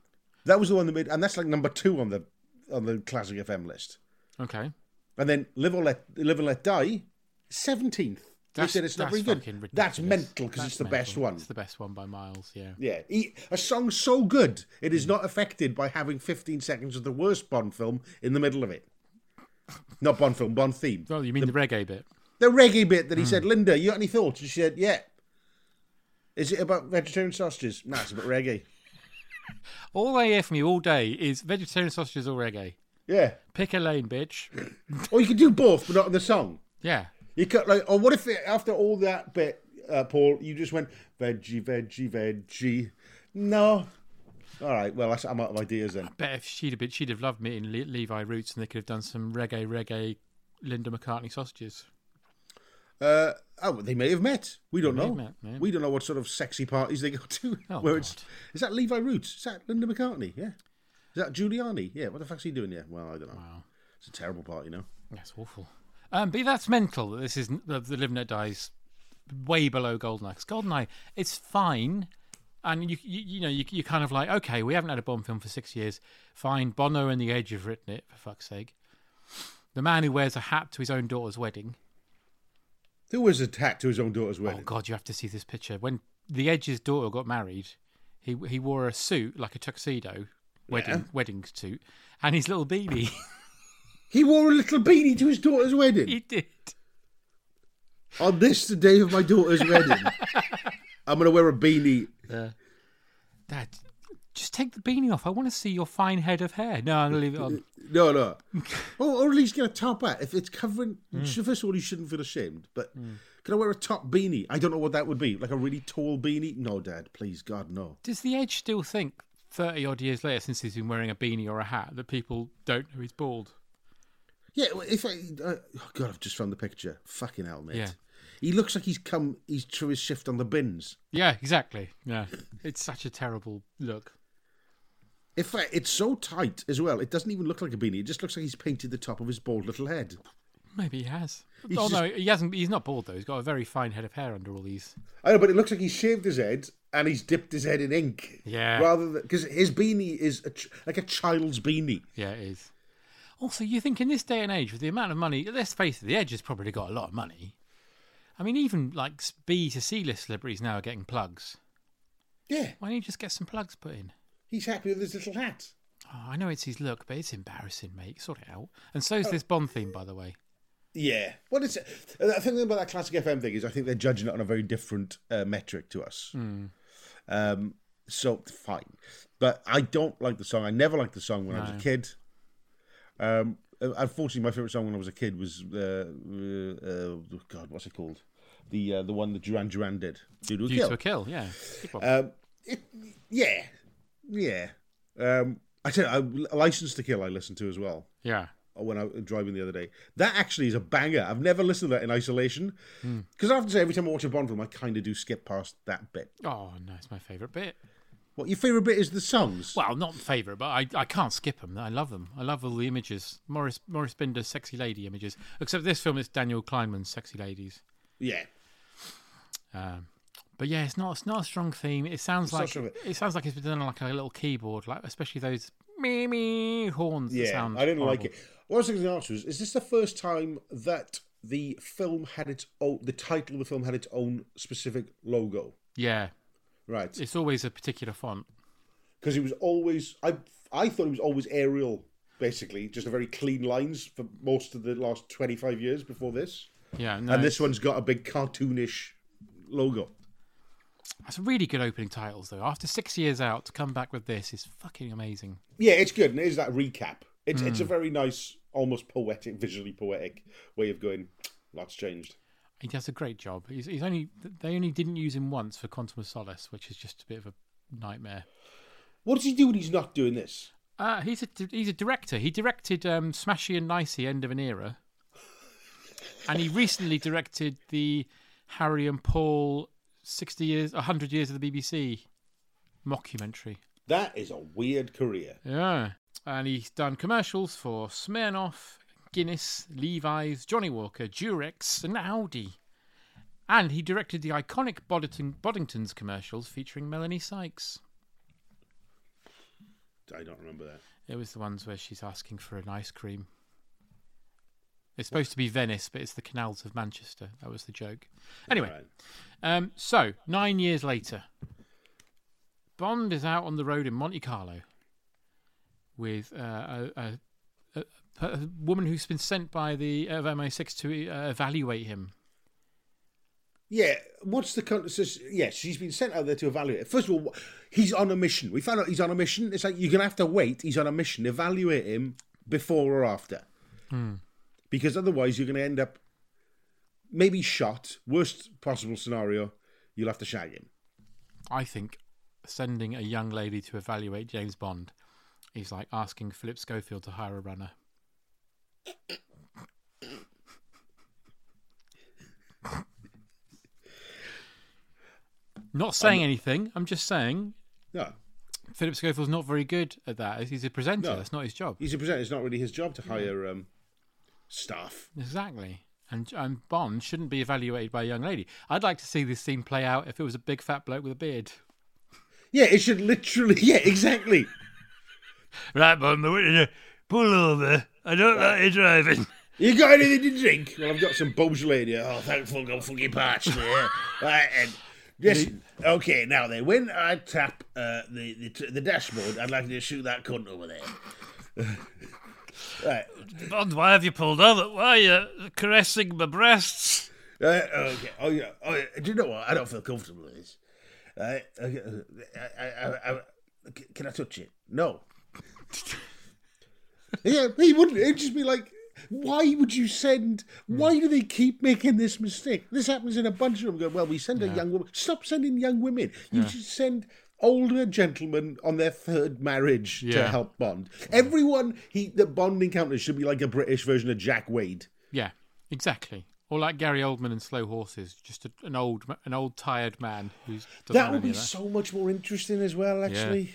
C: That was the one that made, and that's like number two on the on the classic FM list.
B: Okay,
C: And then live or let live and let die, seventeenth. They
B: That's-
C: said it's not
B: that's
C: very good.
B: fucking
C: That's
B: ridiculous.
C: mental because
B: That's
C: it's the best
B: mental.
C: one.
B: It's the best one by miles. Yeah.
C: Yeah, he, a song so good it is not affected by having 15 seconds of the worst Bond film in the middle of it. Not Bond film, Bond theme.
B: Well, you mean the, reggae bit?
C: The reggae bit that he said, Linda, you got any thoughts? And she said, Yeah. Is it about vegetarian sausages? No, it's about reggae.
B: All I hear from you all day is vegetarian sausages or reggae.
C: Yeah.
B: Pick a lane, bitch.
C: Or you could do both, but not on the song.
B: Yeah.
C: You could like, or what if it, after all that bit, uh, Paul, you just went veggie, veggie, veggie? No. All right. Well, that's, I'm out of ideas then.
B: Bet if she'd have been, she'd have loved meeting Le- Levi Roots, and they could have done some reggae, reggae, Linda McCartney sausages.
C: Uh, oh, well, they may have met. We don't
B: may
C: know.
B: have met, yeah.
C: We don't know what sort of sexy parties they go to. (laughs)
B: Oh,
C: where it's
B: God.
C: is that Levi Roots? Is that Linda McCartney? Yeah. Is that Giuliani? Yeah. What the fuck's he doing? Yeah. Well, I don't know. It's a terrible party, no.
B: That's awful. Um, but that's mental. That this is the, the Live and Let Die's way below Goldeneye. 'Cause Goldeneye, it's fine, and you you, you know you you kind of like okay, we haven't had a Bond film for six years. Fine, Bono and the Edge have written it for fuck's sake. The man who wears a hat to his own daughter's wedding.
C: There was a tack to his own daughter's
B: Oh
C: wedding.
B: God, you have to see this picture. When the Edge's daughter got married, he he wore a suit like a tuxedo wedding wedding suit, and his little beanie.
C: he wore a little beanie to his daughter's
B: (laughs)
C: wedding.
B: he did.
C: On this, the day of my daughter's
B: (laughs)
C: wedding, I'm gonna wear a beanie.
B: Dad, just take the beanie off. I want to see your fine head of hair. No, I'm gonna leave it on. (laughs)
C: No, no. or, or at least get a top hat. If it's covering,
B: Hmm.
C: first of all, you shouldn't feel ashamed. But can I wear a top beanie? I don't know what that would be. Like a really tall beanie? No, Dad. Please, God, no.
B: Does the Edge still think thirty odd years later, since he's been wearing a beanie or a hat, that people don't know he's bald?
C: Yeah, well, if I, uh, oh God, I've just found the picture. Fucking hell, mate.
B: Yeah.
C: He looks like he's come. He's through his shift on the bins.
B: Yeah, exactly. Yeah, it's such a terrible look.
C: In fact, it's so tight as well. It doesn't even look like a beanie. It just looks like he's painted the top of his bald little head.
B: Maybe he has.
C: He's
B: oh no, he hasn't. He's not bald though. He's got a very fine head of hair under all these.
C: I know, but it looks like he's shaved his head and he's dipped his head in ink.
B: Yeah.
C: Rather than because his beanie is a ch- like a child's beanie.
B: Yeah, it is. Also, you think in this day and age, with the amount of money, let's face it, the Edge has probably got a lot of money. I mean, even like B to C list celebrities now are getting plugs.
C: Yeah.
B: Why don't you just get some plugs put in?
C: He's happy with his little hat.
B: Oh, I know it's his look, but it's embarrassing, mate. Sort it out. And so's this Bond theme, by the way.
C: Yeah. Well, it's the thing about that classic FM thing is I think they're judging it on a very different uh, metric to us. Um, so fine, but I don't like the song. I never liked the song when I was a kid. Um, uh, unfortunately, my favorite song when I was a kid was uh, uh, uh, God, what's it called? The uh, the one that Duran Duran did. Due to a
B: Due
C: Kill.
B: to a kill, yeah. Good one.
C: Um, it, yeah, yeah. Um, I tell you, I, License to Kill I listened to as well
B: yeah.
C: when I was driving the other day. That actually is a banger. I've never listened to that in isolation
B: Hmm.
C: because I have to say every time I watch a Bond film, I kind of do skip past that bit.
B: Oh, no, it's my favourite bit.
C: What your favorite bit is the songs?
B: Well, not favourite, but I, I can't skip them. I love them. I love all the images. Morris Morris Binder's sexy lady images. Except this film, it's Daniel Kleinman's sexy ladies.
C: yeah,
B: Um, but yeah, it's not it's not a strong theme. It sounds
C: not
B: like
C: strong,
B: it. sounds like it's been done on like a little keyboard, like especially those me me horns. that
C: yeah.
B: sound
C: I didn't like
B: horrible.
C: it. What I was going to ask was, is this the first time that the film had its own? The title of the film had its own specific logo,
B: Yeah,
C: right?
B: it's always a particular font.
C: Because it was always I I thought it was always Arial, basically, just a very clean lines for most of the last twenty five years before this.
B: Yeah, no,
C: and this one's got a big cartoonish logo.
B: that's really good opening titles though. After six years out, to come back with this is fucking amazing.
C: Yeah, it's good, and it is that recap. It's it's a very nice, almost poetic, visually poetic way of going. Lots changed.
B: He does a great job. He's, he's only they only didn't use him once for Quantum of Solace, which is just a bit of a nightmare.
C: What does he do when he's not doing this?
B: Uh, he's a he's a director. He directed um, Smashy and Nicey, End of an Era, and he recently directed the Harry and Paul sixty years, hundred years of the BBC mockumentary.
C: That is a weird career.
B: Yeah, and he's done commercials for Smirnoff, Guinness, Levi's, Johnny Walker, Durex, and Audi. And he directed the iconic Boddington, Boddington's commercials featuring Melanie Sykes.
C: I don't remember that.
B: It was the ones where she's asking for an ice cream. It's supposed to be Venice, but it's the canals of Manchester. That was the joke. Anyway,
C: Right.
B: um, so nine years later, Bond is out on the road in Monte Carlo with uh, a, a, a, a woman who's been sent by the of MI6 to uh, evaluate him.
C: Yeah, what's the con- says? Yeah, she's been sent out there to evaluate. it. First of all, wh- he's on a mission. We found out he's on a mission. It's like you're gonna have to wait. He's on a mission. Evaluate him before or after, because otherwise you're gonna end up maybe shot. Worst possible scenario, you'll have to shag him.
B: I think sending a young lady to evaluate James Bond is like asking Philip Schofield to hire a runner. Not saying anything. I'm just saying
C: No,
B: Philip Schofield's not very good at that. He's a presenter.
C: No.
B: That's not his job.
C: he's a presenter. It's not really his job to hire um, staff.
B: Exactly. And, and Bond shouldn't be evaluated by a young lady. I'd like to see this scene play out if it was a big fat bloke with a beard.
C: Yeah, it should literally. (laughs) Yeah, exactly.
B: Right, Bond, the witness, pull over. I don't like you driving.
C: You got anything to drink? Well, I've got some Beaujolais in here. Oh, thankful, go fucking parched. Yeah. (laughs) right, and yes. Okay, now then, when I tap uh, the, the t- the dashboard, I'd like you to shoot that cunt over there. (laughs) right.
B: Bond, why have you pulled over? Why are you caressing my breasts?
C: Uh, okay. Oh yeah. Oh yeah. Do you know what? I don't feel comfortable with this. Right. Okay. I, I, I, I, can I touch it? No. (laughs) Yeah, he wouldn't. It'd just be like, why would you send? Why do they keep making this mistake? This happens in a bunch of them. Go, well, we send a young woman. Stop sending young women. You should send older gentlemen on their third marriage to
B: Yeah.
C: help Bond. Everyone he that Bond encounters should be like a British version of Jack Wade.
B: Yeah, exactly. Or like Gary Oldman in Slow Horses, just a, an old, ma- an old tired man who's doesn't
C: That
B: know
C: would
B: any
C: be
B: of that.
C: so much more interesting as well, actually.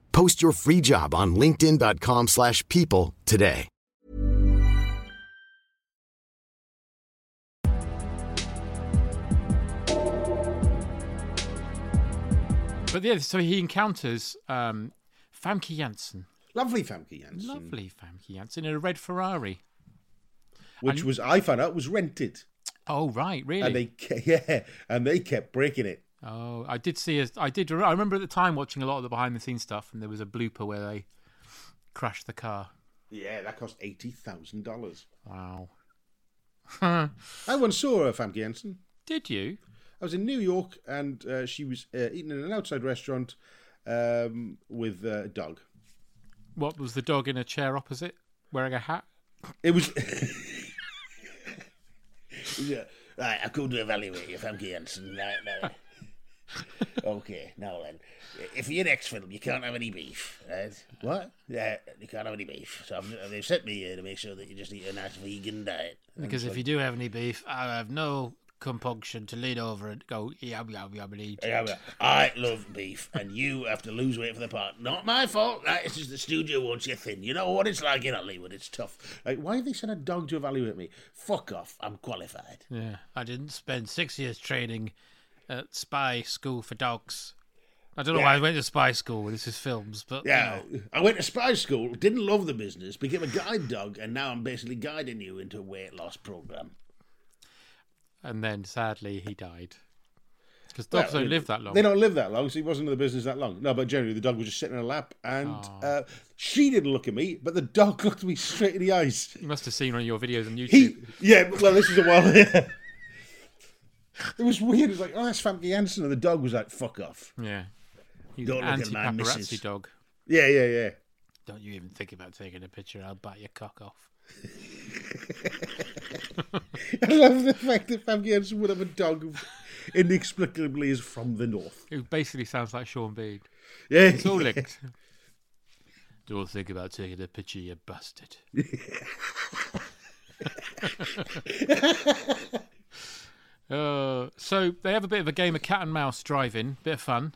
D: Post your free job on linkedin.com/people slash people today.
B: But yeah, so he encounters um, Famke Janssen,
C: Lovely Famke Janssen,
B: lovely Famke Janssen in a red Ferrari.
C: which was I found out was rented,
B: Oh right, really?
C: and they ke- (laughs) yeah, and they kept breaking it.
B: Oh, I did see. A, I did. I remember at the time watching a lot of the behind-the-scenes stuff, and there was a blooper where they crashed the car.
C: Yeah, that cost eighty thousand dollars.
B: Wow.
C: I once saw a Famke Janssen.
B: did you?
C: I was in New York and uh, she was uh, eating in an outside restaurant um, with uh, a dog.
B: What was the dog in a chair opposite, wearing a hat?
C: It was. (laughs) yeah. Right, I couldn't evaluate you, Famke Janssen. No, no. okay, now then. If you're next film, you can't have any beef. Right? What? Yeah, you can't have any beef. So I'm, they've sent me here to make sure that you just eat a nice vegan diet.
B: Because if you do have any beef, I have no compunction to lean over and go yum yum yum and eat. it."
E: Yeah, but I love beef, and you have to lose weight for the part. Not my fault. That is just the studio wants you thin. You know what it's like in Hollywood. It's tough.
C: Like, why have they sent a dog to evaluate me? Fuck off. I'm qualified.
B: Yeah, I didn't spend six years training at spy school for dogs. I don't know why I went to spy school. This is films, but you
C: Yeah,
B: know.
C: I went to spy school, didn't love the business, became a guide dog, and now I'm basically guiding you into a weight loss program.
B: and then sadly he died because dogs
C: Well,
B: don't live that long.
C: They don't live that long, so he wasn't in the business that long. No, but generally the dog was just sitting in her lap, and uh, she didn't look at me, but the dog (laughs) looked me straight in
B: (laughs)
C: the eyes.
B: You must have seen one of your videos on YouTube.
C: He, yeah, well, this is a while. it was weird. (laughs) It was like, oh, that's Famke Janssen, and the dog was like, fuck off.
B: Yeah, he's
C: Don't
B: an
C: look at my
B: anti-paparazzi
C: missus.
B: dog.
C: Yeah, yeah, yeah.
B: Don't you even think about taking a picture? I'll bite your cock off.
C: (laughs) I love the fact that Famke Janssen would have a dog who (laughs) inexplicably is from the north.
B: It basically sounds like Sean Bean.
C: Yeah,
B: It's all (laughs) licked. Don't think about taking a picture, you bastard. (laughs) uh, so they have a bit of a game of cat and mouse driving, bit of fun,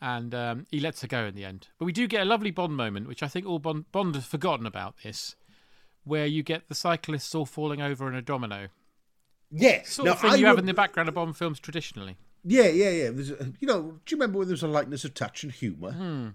B: and um, he lets her go in the end. But we do get a lovely Bond moment, which I think all Bond Bond has forgotten about this, where you get the cyclists all falling over in a domino.
C: yeah.
B: Sort of
C: Now,
B: thing
C: I
B: you have
C: would-
B: in the background of Bond films traditionally.
C: Yeah, yeah, yeah. There's a, you know, do you remember when there was a likeness of touch and humour?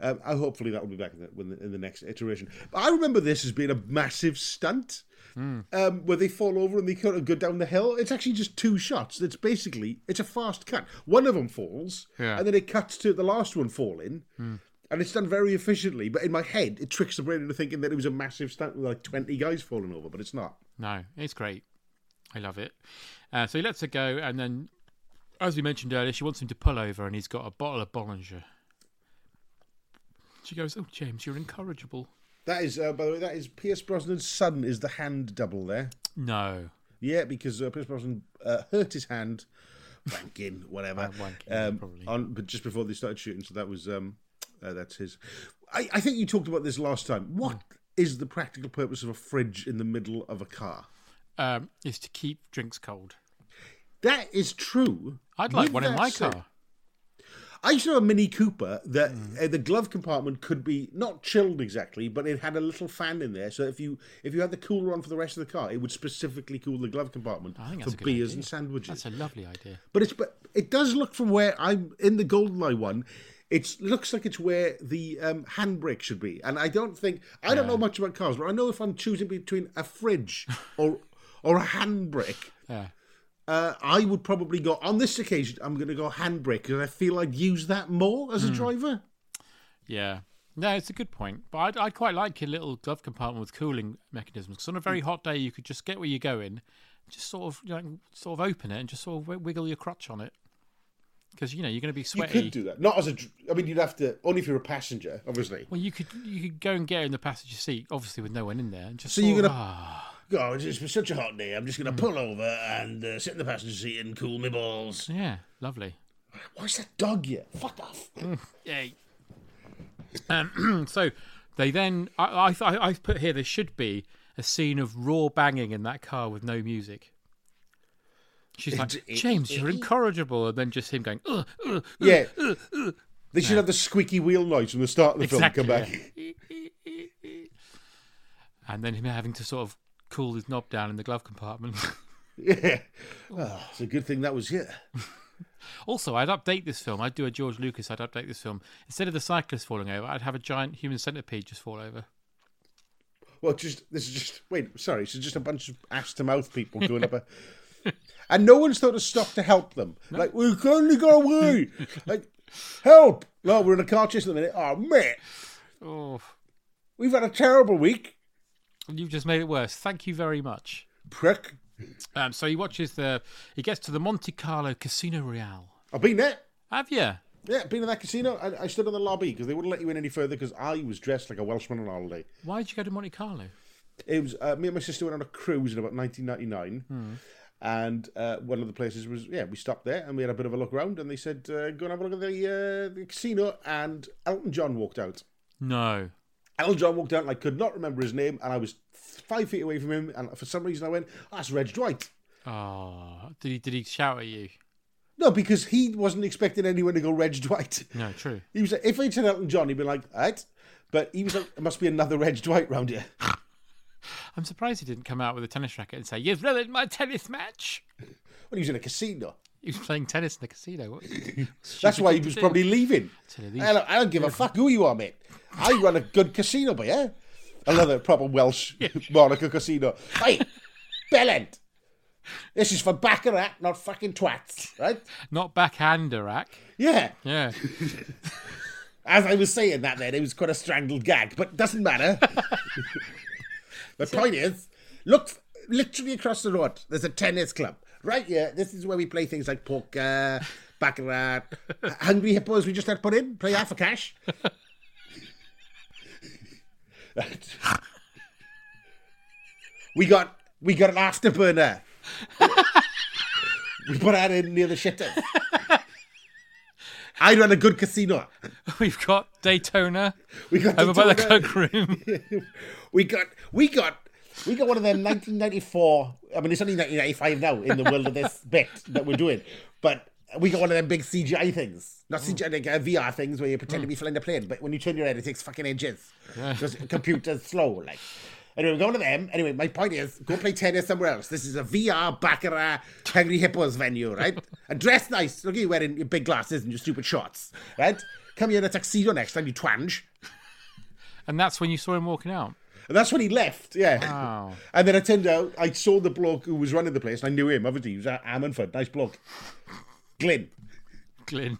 C: Um, I hopefully that will be back in the, when the, in the next iteration. But I remember this as being a massive stunt um, where they fall over and they kind of go down the hill. It's actually just two shots. It's basically it's a fast cut. One of them falls,
B: Yeah.
C: and then it cuts to the last one falling. And it's done very efficiently, but in my head, it tricks the brain into thinking that it was a massive stunt with like 20 guys falling over, but it's not.
B: No, it's great. I love it. Uh, so he lets her go, and then, as we mentioned earlier, she wants him to pull over, and he's got a bottle of Bollinger. She goes, "Oh, James, you're incorrigible."
C: That is, uh, by the way, that is Pierce Brosnan's son is the hand double there.
B: No,
C: Yeah, because uh, Pierce Brosnan uh, hurt his hand, wanking, whatever,
B: Uh, wanking,
C: um,
B: probably.
C: on but just before they started shooting. So that was um, uh, that's his. I, I think you talked about this last time. What is
B: Hmm.
C: the practical purpose of a fridge in the middle of a car?
B: um, is to keep drinks cold.
C: That is true.
B: I'd like
C: With
B: one in
C: that
B: my
C: said-
B: car.
C: I used to have a Mini Cooper that
B: Hmm.
C: uh, the glove compartment could be not chilled exactly, but it had a little fan in there. So if you if you had the cooler on for the rest of the car, it would specifically cool the glove compartment
B: I think
C: for
B: that's a good
C: beers
B: idea.
C: and sandwiches.
B: That's a lovely idea.
C: But it's but it does look from where I'm in the Goldeneye one. It looks like it's where the um, handbrake should be, and I don't think I don't know much about cars, but I know if I'm choosing between
B: (laughs)
C: a fridge or or a handbrake,
B: Yeah.
C: uh, I would probably go on this occasion. I'm going to go handbrake because I feel I'd use that more as a
B: Hmm.
C: driver.
B: Yeah. No, it's a good point. But I'd, I'd quite like your little glove compartment with cooling mechanisms. Because on a very
C: Mm.
B: hot day, you could just get where you're going, just sort of you know, sort of open it and just sort of wi- wiggle your crotch on it. Because you know you're going to be
C: You
B: sweaty.
C: could do that, not as a. dr- I mean, you'd have to only if you're a passenger, obviously.
B: Well, you could you could go and get in the passenger seat, obviously with no one in there, and just
C: So
B: sort
C: you're
B: of,
C: gonna-
B: "Ah."
E: God, it's just such a hot day. I'm just going to pull over and uh, sit in the passenger seat and cool my balls.
B: yeah, lovely.
C: Why's that dog here? Fuck off!
B: Yay. Um, (clears throat) so they then, I, I, I- I've put here, there should be a scene of raw banging in that car with no music. She's like,
C: it-
B: James, you're incorrigible. And then just him going, ugh, ugh,
C: Yeah, they should have the squeaky wheel noise from the start of the
B: exactly.
C: film come (laughs) back.
B: yeah. and then him having to sort of cool his knob down in the glove compartment. (laughs)
C: Yeah. Oh, it's a good thing that was here.
B: also, I'd update this film. I'd do a George Lucas, I'd update this film. Instead of the cyclist falling over, I'd have a giant human centipede just fall over.
C: Well, just this is just wait. Sorry, so just a bunch of ass to mouth people going up a, (laughs) and no one's thought to stop to help them. Like we can only go away. like help! No, we're in a car chase at the minute. Oh mate,
B: Oh,
C: we've had a terrible week.
B: you've just made it worse. Thank you very much.
C: Prick.
B: Um, so he watches the. He gets to the Monte Carlo Casino Real.
C: I've been there.
B: Have you?
C: Yeah, been in that casino. I, I stood in the lobby because they wouldn't let you in any further because I was dressed like a Welshman on holiday.
B: Why did you go to Monte Carlo?
C: It was uh, me and my sister went on a cruise in about 1999, and uh, one of the places was yeah we stopped there and we had a bit of a look around and they said uh, go and have a look at the, uh, the casino and Elton John walked out.
B: No.
C: Elton John walked out and I could not remember his name and I was five feet away from him and for some reason I went "Oh, that's Reg Dwight.
B: Oh, did he? Did he shout at you?
C: No, because he wasn't expecting anyone to go Reg Dwight. (laughs)
B: No, true.
C: He was like, if I'd said Elton John, he'd been like, right. But he was like, there must be another Reg Dwight round here. (laughs)
B: I'm surprised he didn't come out with a tennis racket and say, "You've ruined my tennis match."
C: When he was in a casino.
B: He was playing tennis in the casino. What- what's
C: That's why he
B: stupid
C: was
B: to do?
C: probably leaving.
B: Tell you these-
C: I don't, I don't give a fuck who you are, mate. I run a good casino, but yeah.
B: (laughs)
C: Another proper Welsh Monaco casino. Hey, Bellend. This is for Baccarat, not fucking twats, right?
B: (laughs) not backhander, Rack.
C: Yeah.
B: Yeah. (laughs)
C: As I was saying that then, it was quite a strangled gag, but doesn't matter. the point is, look f- literally across the road, there's a tennis club. Right here, this is where we play things like poker, Baccarat, Hungry Hippos we just had put in, play half a cash. Right. we got we got an afterburner. (laughs) we put that in near the shitter. I run a good casino.
B: We've got Daytona
C: We got
B: over by the
C: Daytona.
B: cloak room. (laughs)
C: (laughs) we got we got we got one of them 1994 i mean it's only 1995 now in the world of this bit that we're doing but we got one of them big cgi things not cgi like uh, vr things where you pretend to be flying a plane but when you turn your head it takes fucking ages because computer's slow like Anyway, we're going to them. Anyway, my point is, go play tennis somewhere else. This is a VR Baccarat Hungry Hippos venue, right? and dress nice. Look at you wearing your big glasses and your stupid shorts, right? Come here in a tuxedo next time, you twange.
B: and that's when you saw him walking out.
C: And that's when he left, yeah.
B: Wow.
C: And then I turned out, I saw the bloke who was running the place, and I knew him. Obviously, he was at Ammanford, nice bloke. Glyn.
B: Glyn.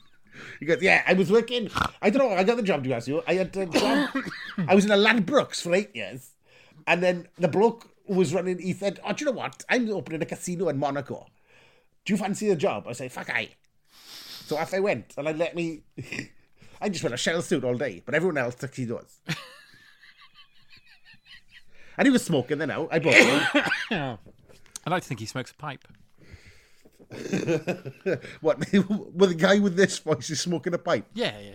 C: He goes, yeah, I was working. I don't know, I got the job to ask you. I had a job. I was in a Ladbrokes for eight years. And then the bloke who was running, he said, oh, do you know what? I'm opening a casino in Monaco. Do you fancy the job? I say, fuck I. So off I went, and I let me... (laughs) I just went a shell suit all day, but everyone else tuxedos. and he was smoking then out. I bought one.
B: I like to think he smokes a pipe.
C: What? (laughs) well, the guy with this voice is smoking a pipe.
B: Yeah, yeah. yeah.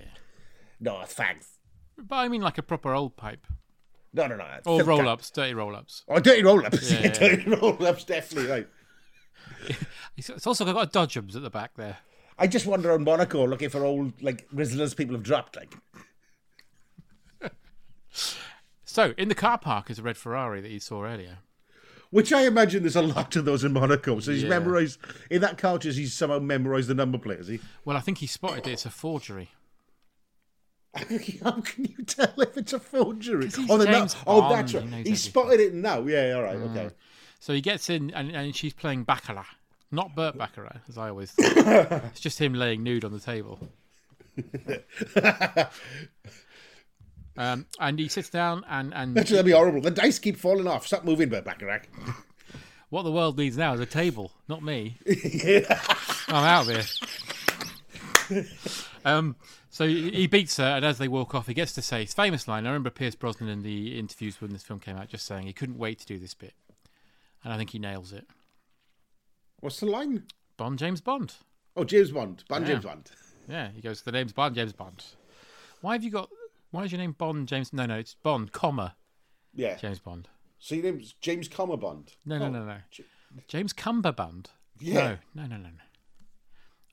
C: No, thanks.
B: But I mean, like a proper old pipe
C: No, no, no.
B: or
C: Silk
B: Oh, roll
C: cut.
B: ups, dirty roll ups.
C: Oh, dirty roll ups.
B: Yeah,
C: (laughs) Yeah,
B: yeah, yeah.
C: dirty roll ups, definitely. Right.
B: It's it's also got a Dodgems at the back there.
C: I just wander around Monaco looking for old like Rizzlers people have dropped. Like,
B: So, in the car park is a red Ferrari that you saw earlier.
C: which I imagine there's a lot of those in Monaco. So he's
B: Yeah.
C: memorized in that culture. He's somehow memorized the number plate. Has he? (laughs)
B: Well, I think he spotted it. It's a forgery.
C: How can you tell if it's a forgery?
B: 'Cause he's
C: Oh, they're
B: James
C: not- oh,
B: Bond,
C: that's
B: he
C: right.
B: knows
C: He
B: everything. Mm.
C: spotted it now. Yeah, all right, okay.
B: So he gets in, and, and she's playing baccarat, not Burt Baccarat, as I always. Think. it's just him laying nude on the table. um, and he sits down, and
C: That's
B: and
C: that'd be horrible. The dice keep falling off. Stop moving, but Bacharach.
B: what the world needs now is a table, not me. I'm out of here. Um, so he he beats her, and as they walk off, he gets to say his famous line. I remember Pierce Brosnan in the interviews when this film came out, just saying he couldn't wait to do this bit, and I think he nails it.
C: What's the line?
B: Bond, James Bond.
C: Oh, James Bond. Bond,
B: Yeah.
C: James Bond.
B: Yeah, he goes, the name's Bond, James Bond. Why have you got, why is your name Bond, James? No, no, it's Bond, comma,
C: Yeah.
B: James Bond.
C: So your name's James Comma Bond. Oh.
B: No, no, no, no. James Cumberbund.
C: Yeah.
B: No, no, no, no, no.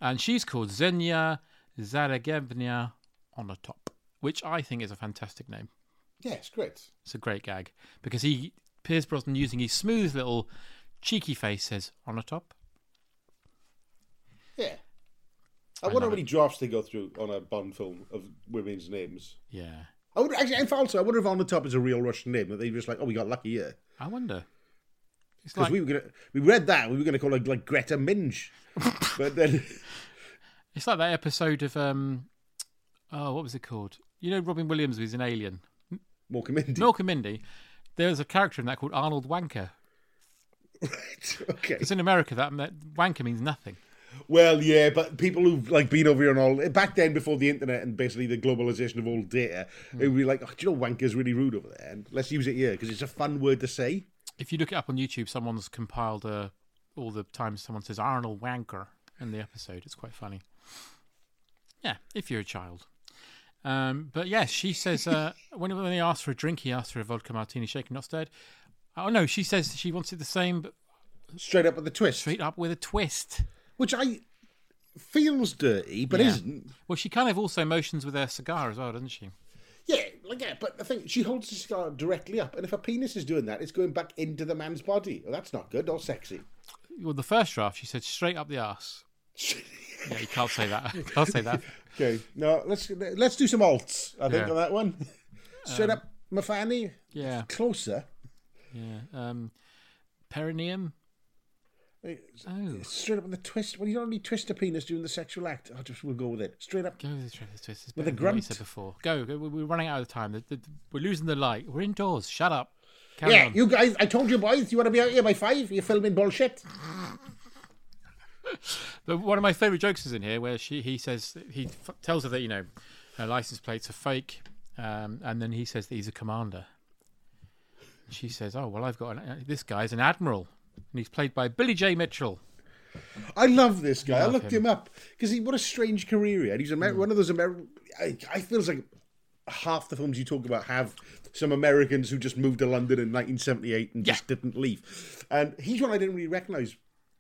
B: And she's called Xenia Zaragevnia on the top, which I think is a fantastic name.
C: Yeah, it's great.
B: It's a great gag because he, Piers Brosnan, using his smooth little cheeky face, says on the top.
C: Yeah.
B: I
C: I, wonder
B: love
C: how many drafts they go through on a Bond film of women's names.
B: Yeah.
C: I wonder, actually, and also, I wonder if on the top is a real Russian name that they just like, oh, we got lucky here
B: I wonder. It's
C: because
B: like,
C: we were gonna, we read that we were gonna call her like
B: (laughs)
C: Greta Minge, but then
B: It's like that episode of um, oh, what was it called? You know, Robin Williams was an alien.
C: Morgan Mindy. (laughs)
B: Milk and Mindy. There's a character in that called Arnold Wanker.
C: okay.
B: Because in America, that, that wanker means nothing.
C: Well, yeah, but people who've like been over here and all back then before the internet and basically the globalization of all data,
B: Hmm.
C: it would be like, oh, do you know, wanker's really rude over there, and let's use it here because it's a fun word to say.
B: If you look it up on YouTube, someone's compiled uh, all the times someone says Arnold Wanker in the episode. It's quite funny. Yeah, if you're a child. Um, but yes, she says uh, when when they ask for a drink, he asks for a vodka martini shaken, not stirred. Oh no, she says she wants it the same, but
C: Straight up with the twist,
B: straight up with a twist.
C: which I feels dirty, but
B: Yeah.
C: isn't.
B: Well, she kind of also motions with her cigar as well, doesn't she?
C: Yeah, like yeah, but I think she holds the cigar directly up, and if her penis is doing that, it's going back into the man's body. Well, that's not good or sexy.
B: Well, the first draft, she said straight up the arse. Yeah, you can't say that. can't say that.
C: okay, no, let's let's do some alts. I think
B: Yeah.
C: on that one. (laughs) Straight up, my fanny.
B: Yeah,
C: Closer.
B: yeah. Um, perineum. Oh,
C: Straight up with the twist. Well, you don't only twist a penis during the sexual act. I just will go with it. Straight up.
B: go with the twist. This is
C: With
B: better
C: a
B: than what you
C: grunt.
B: said before. Go. go. we- We're running out of time. The- the- We're losing the light. We're indoors. Shut up. Carry
C: yeah,
B: on.
C: you guys. I told you boys, you want to be out here by five. You're filming bullshit.
B: But one of my favourite jokes is in here where she he says he f- tells her that you know her license plates are fake, um, and then he says that he's a commander. She says, "Oh well, I've got an, uh, this guy's an admiral, and he's played by Billy J. Mitchell."
C: I love this guy. I
B: love
C: looked
B: him.
C: him, up because he what a strange career he had. He's Amer- one of those American. I, I feels like half the films you talk about have some Americans who just moved to London in 1978 and just didn't leave. And he's one I didn't really recognise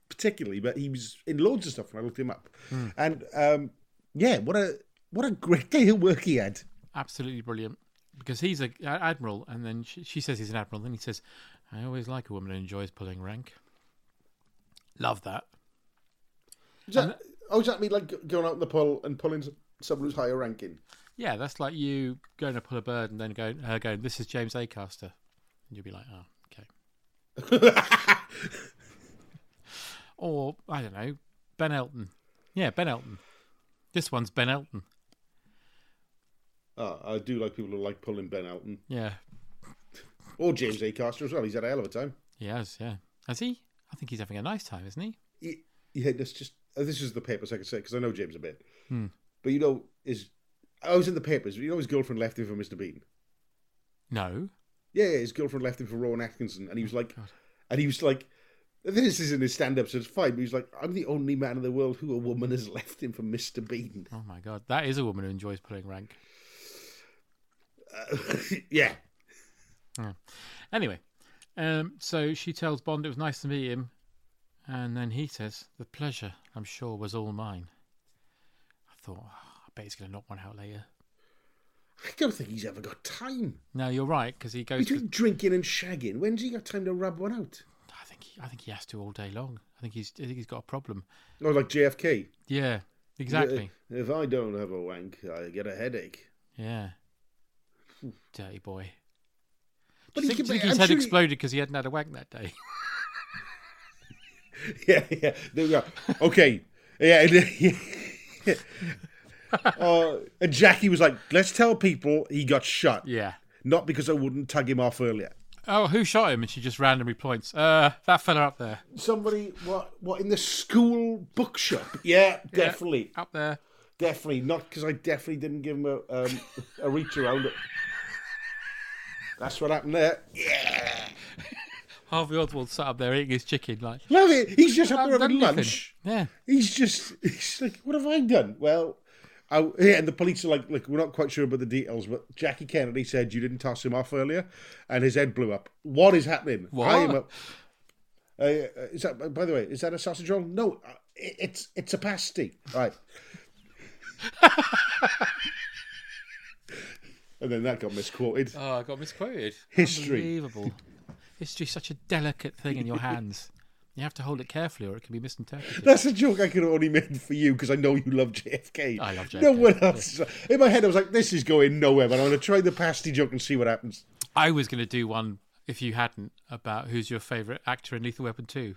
C: particularly, but he was in loads of stuff when I looked him up. And um, yeah, what a what a great day of work he had.
B: Absolutely brilliant because he's a, a- admiral, and then she, she says he's an admiral. Then he says, "I always like a woman who enjoys pulling rank." Love that.
C: Does that, oh, does that mean like going out in the pool and pulling someone who's higher ranking?
B: Yeah, that's like you going to pull a bird and then going, her going, "This is James Acaster," and you'll be like, "Oh, okay." or I don't know, Ben Elton. Yeah, Ben Elton. This one's Ben Elton.
C: Oh, I do like people who like pulling Ben Elton
B: Yeah,
C: or James Acaster as well. He's had a hell of a time.
B: he has. Yeah, has he? I think he's having a nice time, isn't he?
C: y- yeah, that's just uh, this is the papers I can say because I know James a bit. But you know, is I was in the papers. You know, his girlfriend left him for Mr. Bean.
B: No.
C: Yeah, yeah, his girlfriend left him for Rowan Atkinson, and he was like, and he was like, this isn't his stand-up, so it's fine. But he was like, I'm the only man in the world who a woman has left him for Mr. Bean. (laughs)
B: Oh my God, that is a woman who enjoys pulling rank.
C: yeah,
B: Anyway, um, so she tells Bond it was nice to meet him, and then he says, "The pleasure, I'm sure, was all mine." thought, "Ah, I bet he's going to knock one out later.
C: I don't think he's ever got time.
B: No, you're right because he goes. To,
C: Between drinking and shagging, when's he got time to rub one out?
B: I think he, I think he has to all day long. I think he's I think he's got a problem.
C: Or like JFK.
B: Yeah, exactly.
C: Uh, If I don't have a wank, I get a headache.
B: Yeah, dirty boy.
C: But
B: Do you think, do you think his head exploded because he hadn't had a wank that day?
C: (laughs) yeah, yeah. There we go. Okay. Yeah. yeah, yeah. (laughs) Uh, and Jackie was like, let's tell people he got
B: (laughs)
C: shot.
B: yeah.
C: Not because I wouldn't tag him off earlier.
B: Oh, who shot him? And she just randomly points. Uh, that fella up there.
C: Somebody, what, what, in the school bookshop? (laughs) Yeah, definitely.
B: Up there.
C: Definitely. Not because I definitely didn't give him a, um, a reach (laughs) around. That's what happened there.
B: Harvey Oswald sat up there eating his chicken like.
C: Love it. He's just up
B: "I've
C: there
B: done
C: having
B: nothing."
C: lunch.
B: Yeah.
C: He's just, he's like, what have I done? Well, I, yeah, and the police are like, look, we're not quite sure about the details, but Jackie Kennedy said you didn't toss him off earlier, and his head blew up. What is happening?
B: What?
C: I am a- uh, uh, is that? By the way, is that a sausage roll? No, uh, it, it's it's a pasty. Right. (laughs) and then that got misquoted.
B: Oh, I got misquoted.
C: History.
B: Unbelievable. History's such a delicate thing
C: (laughs)
B: in your hands. You have to hold it carefully or it can be misinterpreted.
C: That's a joke I could have only made for you because I know you love JFK.
B: I love
C: No
B: JFK,
C: one else. In my head, I was like, this is going nowhere, but I'm going to try the pasty joke and see what happens.
B: I was going to do one, if you hadn't, about who's your favourite actor in Lethal Weapon 2.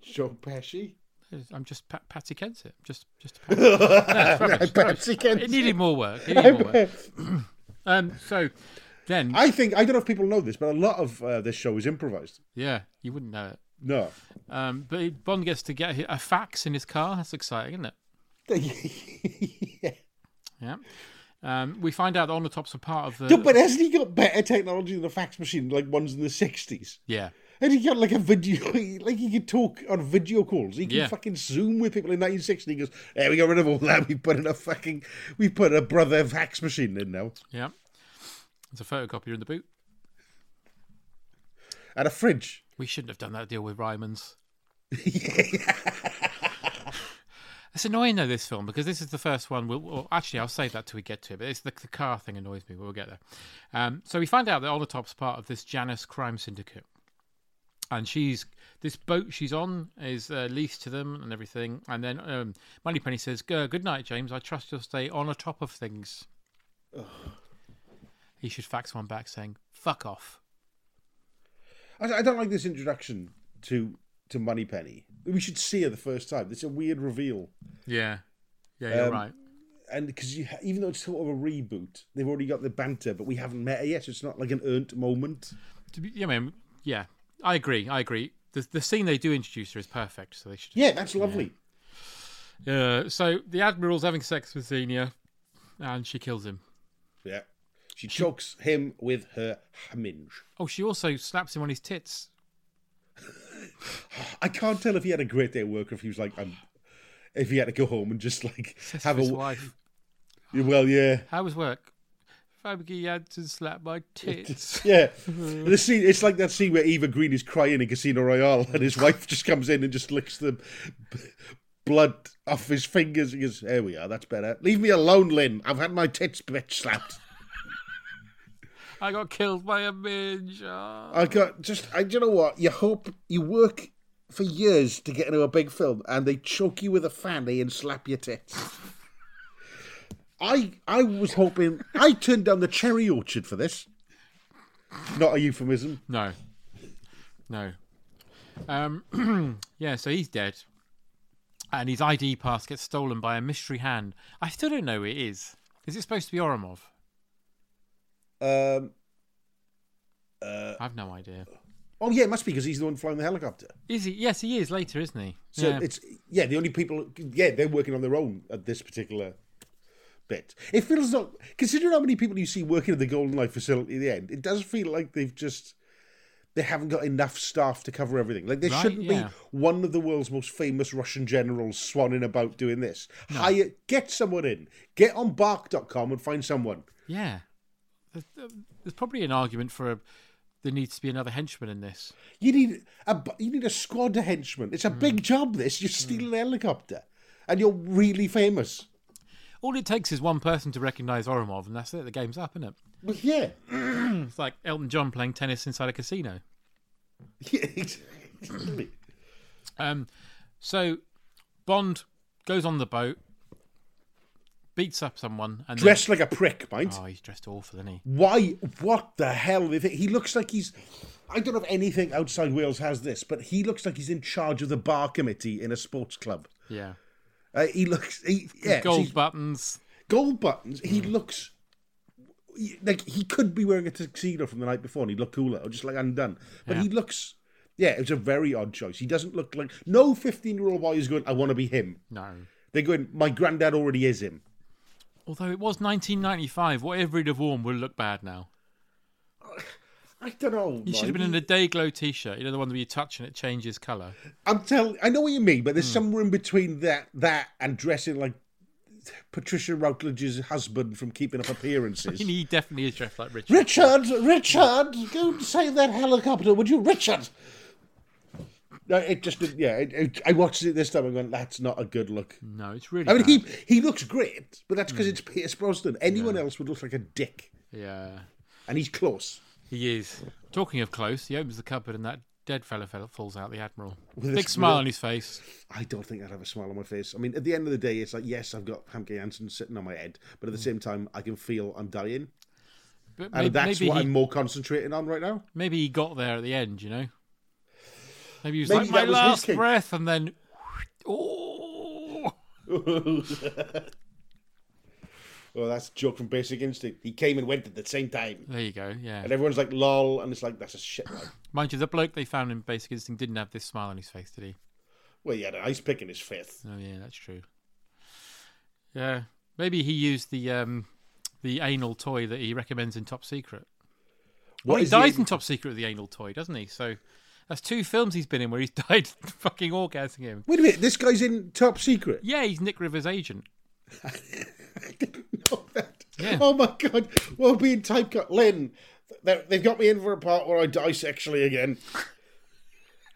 C: Joe Pesci?
B: I'm just pa- Patty Kensett. Just, just
C: (laughs)
B: Patty. No, it's rubbish.
C: Patsy
B: It (laughs)
C: Kent.
B: needed more work. It needed
C: (laughs)
B: more work. (clears throat) Um, so then,
C: I think, I don't know if people know this, but a lot of uh, this show is improvised.
B: yeah, you wouldn't know it.
C: No.
B: Um, but he- Bond gets to get a fax in his car. That's exciting, isn't it?
C: yeah.
B: Yeah. Um, we find out the onatops are part of the.
C: No, but hasn't he got better technology than the fax machine, like ones in the 60s?
B: yeah.
C: And he got like a video, (laughs) like he could talk on video calls. He can
B: Yeah.
C: fucking Zoom with people in 1960. He goes, "Hey, we got rid of all that. (laughs) We put in a fucking, we put a brother fax machine in now,
B: Yeah. There's a photocopier in the boot.
C: and a fridge." (laughs)
B: We shouldn't have done that deal with Ryman's. it's annoying though this film because this is the first one. We'll, well actually, I'll save that till we get to it. But it's the, the car thing annoys me. but We'll get there. Um, so we find out that Onatop's part of this Janus crime syndicate, and she's this boat she's on is uh, leased to them and everything. And then um, Moneypenny says, "Go- "Good night, James. I trust you'll stay on a top of things." He should fax one back saying, "Fuck off."
C: I, I don't like this introduction to to Moneypenny. We should see her the first time. It's a weird reveal,
B: Yeah, yeah, you're
C: Um,
B: right.
C: and because even though it's sort of a reboot, they've already got the banter, but we haven't met her yet. So it's not like an earned moment.
B: To be, yeah, I mean, yeah, I agree. I agree. The, the scene they do introduce her is perfect, so they should.
C: Yeah, that's lovely.
B: Uh, so the admiral's having sex with Xenia, and she kills him.
C: Yeah, she chokes him with her hinge.
B: Oh, she also slaps him on his tits.
C: I can't tell if he had a great day at work or if he was like, um, if he had to go home and just like
B: Says to
C: have a
B: his wife.
C: well, yeah,
B: How was work? Fabi had to slap
C: (laughs)
B: my tits.
C: yeah.
B: Mm-hmm.
C: the scene, it's like that scene where Eva Green is crying in Casino Royale and his wife just comes in and just licks the b- blood off his fingers. He goes, "There we are, that's better. Leave me alone, Lynn. I've had my tits bitch slapped.
B: I got killed by a midge. Ah.
C: I got just. I do you know what? You hope you work." For years to get into a big film, and they choke you with a fanny and slap your tits. I I was hoping I turned down the cherry orchard for this. Not a euphemism.
B: No, no. Um, (clears throat) yeah, so he's dead, and his ID pass gets stolen by a mystery hand. I still don't know who it is. Is it supposed to be Oromov?
C: Um,
B: I've no idea.
C: oh yeah, it must be because he's the one flying the helicopter.
B: Is he? Yes, he is later, isn't he?
C: So
B: yeah.
C: it's yeah, the only people yeah they're working on their own at this particular bit. It feels not considering how many people you see working at the Golden Life facility at the end. It does feel like they've just they haven't got enough staff to cover everything. Like there
B: Right,
C: shouldn't
B: yeah.
C: be one of the world's most famous Russian generals swanning about doing this. Hire get someone in. Get on bark.com and find someone.
B: yeah. There's, um, there's probably an argument for a, there needs to be another henchman in this. Hmm.
C: You need a bu- you need a squad of henchmen. It's a big job. This you're stealing a helicopter, and you're really famous.
B: All it takes is one person to recognise Oromov, and that's it. The game's up, isn't it?
C: But yeah,
B: It's like Elton John playing tennis inside a casino.
C: (laughs) Yeah, exactly.
B: Um, so Bond goes on the boat, beats up someone, and then-
C: dressed like a prick, mind.
B: oh, he's dressed awful, isn't he?
C: Why? What the hell? If it, he looks like he's, I don't know if anything outside Wales has this, but he looks like he's in charge of the bar committee in a sports club.
B: Yeah,
C: Uh, he looks, he, yeah,
B: gold
C: see,
B: buttons.
C: gold buttons. He looks he- like he could be wearing a tuxedo from the night before and he'd look cooler or just like undone. But he looks, yeah, it was a very odd choice. He doesn't look like no fifteen-year-old boy is going. I want to be him.
B: No.
C: They're going. My granddad already is him.
B: Although it was 1995, whatever he'd have worn would look bad now.
C: I don't know.
B: He should have
C: mind.
B: been in a day glow t-shirt. You know the one where you touch and it changes colour.
C: I'm telling. I know what you mean, but there's somewhere in between that that and dressing like Patricia Routledge's husband from Keeping
B: (laughs)
C: Up Appearances.
B: He definitely is dressed like Richard.
C: Richard, Richard, go and save that helicopter, would you, Richard? No, it just didn't. Yeah, it, it, I watched it this time and went, "That's not a good look."
B: No, it's really.
C: I mean,
B: bad.
C: he he looks great, but that's because it's Pierce Brosnan. Anyone else would look like a dick,
B: Yeah,
C: and he's close.
B: he is. Talking of close, he opens the cupboard and that dead fella fell- falls out. The admiral,
C: With a
B: big
C: squeal.
B: smile on his face.
C: I don't think I'd have a smile on my face. I mean, at the end of the day, it's like, yes, I've got Hamke Janssen sitting on my head, but at the same time, I can feel I'm dying.
B: But
C: And
B: maybe,
C: that's
B: maybe
C: what
B: he,
C: I'm more concentrating on right now.
B: maybe he got there at the end. You know, maybe he was
C: Maybe
B: like my
C: that was his
B: last
C: kick."
B: breath, and then oh,
C: Well, that's a joke from Basic Instinct. He came and went at the same time.
B: there you go. Yeah,
C: And everyone's like, lol. And it's like, that's a shit line.
B: mind you, the bloke they found in Basic Instinct didn't have this smile on his face, did he?
C: Well, he had an ice pick in his fifth.
B: Oh yeah, that's true. Yeah, maybe he used the um, the anal toy that he recommends in Top Secret. well,
C: What
B: he
C: is the-
B: dies in Top Secret with the anal toy, doesn't he? So that's two films he's been in where he's (laughs) died fucking orgasming him.
C: Wait a minute, this guy's in Top Secret. (laughs)
B: Yeah, he's Nick Rivers' agent.
C: I didn't know that.
B: Yeah.
C: Oh my god. Well, being typecast. Lynn, they- they've got me in for a part where I die sexually again. (laughs)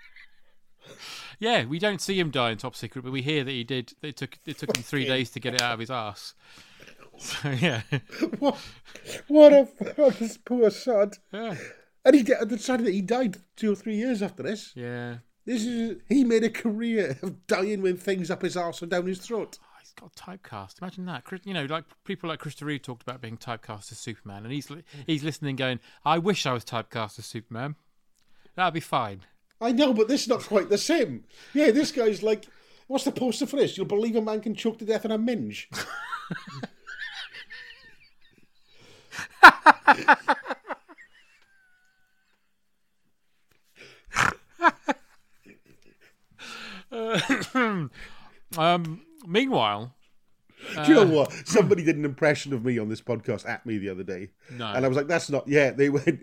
B: Yeah, we don't see him die in Top Secret, but we hear that he did. It took it took him three days to get it out of his ass. (laughs) So yeah, (laughs)
C: What, what a what this poor sod.
B: yeah,
C: And he di- the sad that he died two or three years after this.
B: yeah.
C: This is he made a career of dying with things up his arse and down his throat.
B: Oh, he's got typecast. Imagine that. Chris- You know, like people like Christopher Reeve talked about being typecast as Superman, and he's li- he's listening, going, "I wish I was typecast as Superman. That'd be fine."
C: I know, but this is not quite the same. Yeah, this guy's like, what's the poster for this? You'll believe a man can choke to death on a minge. (laughs)
B: Um, meanwhile,
C: Do
B: Uh.
C: you know what? Somebody did an impression of me on this podcast at me the other day,
B: No.
C: and I was like, "That's not." Yeah, they (laughs) went.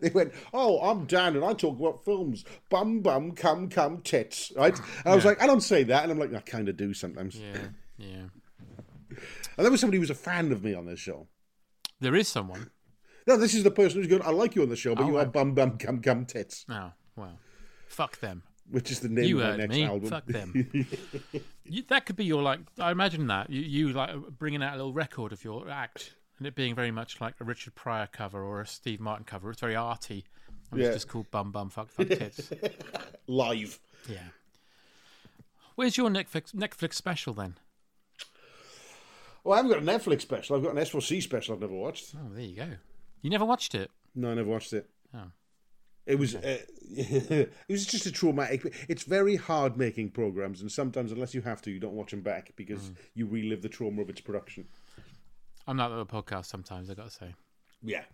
C: they went. Oh, I'm Dan, and I talk about films. Bum bum, cum cum, tits. Right? And I was like, I don't say that, and I'm like, I kind of do sometimes.
B: yeah, (clears throat) yeah,
C: And there was somebody who was a fan of me on this show.
B: there is someone.
C: No, this is the person who's going. I like you on the show, but
B: Oh,
C: you are
B: right.
C: bum bum, cum cum, tits,
B: Oh, well, fuck them.
C: which is the name
B: you
C: of my
B: heard
C: next
B: me.
C: album.
B: Fuck them. you, that could be your like. I imagine that you, you like bringing out a little record of your act, and it being very much like a Richard Pryor cover or a Steve Martin cover. It's very arty. And
C: Yeah.
B: It's just called bum bum fuck fuck tits.
C: (laughs) Live.
B: yeah. Where's your Netflix Netflix special then?
C: Well, Oh, I haven't got a Netflix special. I've got an S4C special I've never watched.
B: Oh, there you go. You never watched it.
C: No, I never watched it.
B: Oh.
C: It was uh, (laughs) it was just a traumatic. It's very hard making programs, and sometimes unless you have to, you don't watch them back because you relive the trauma of its production.
B: I'm not at the podcast sometimes. I gotta say.
C: Yeah.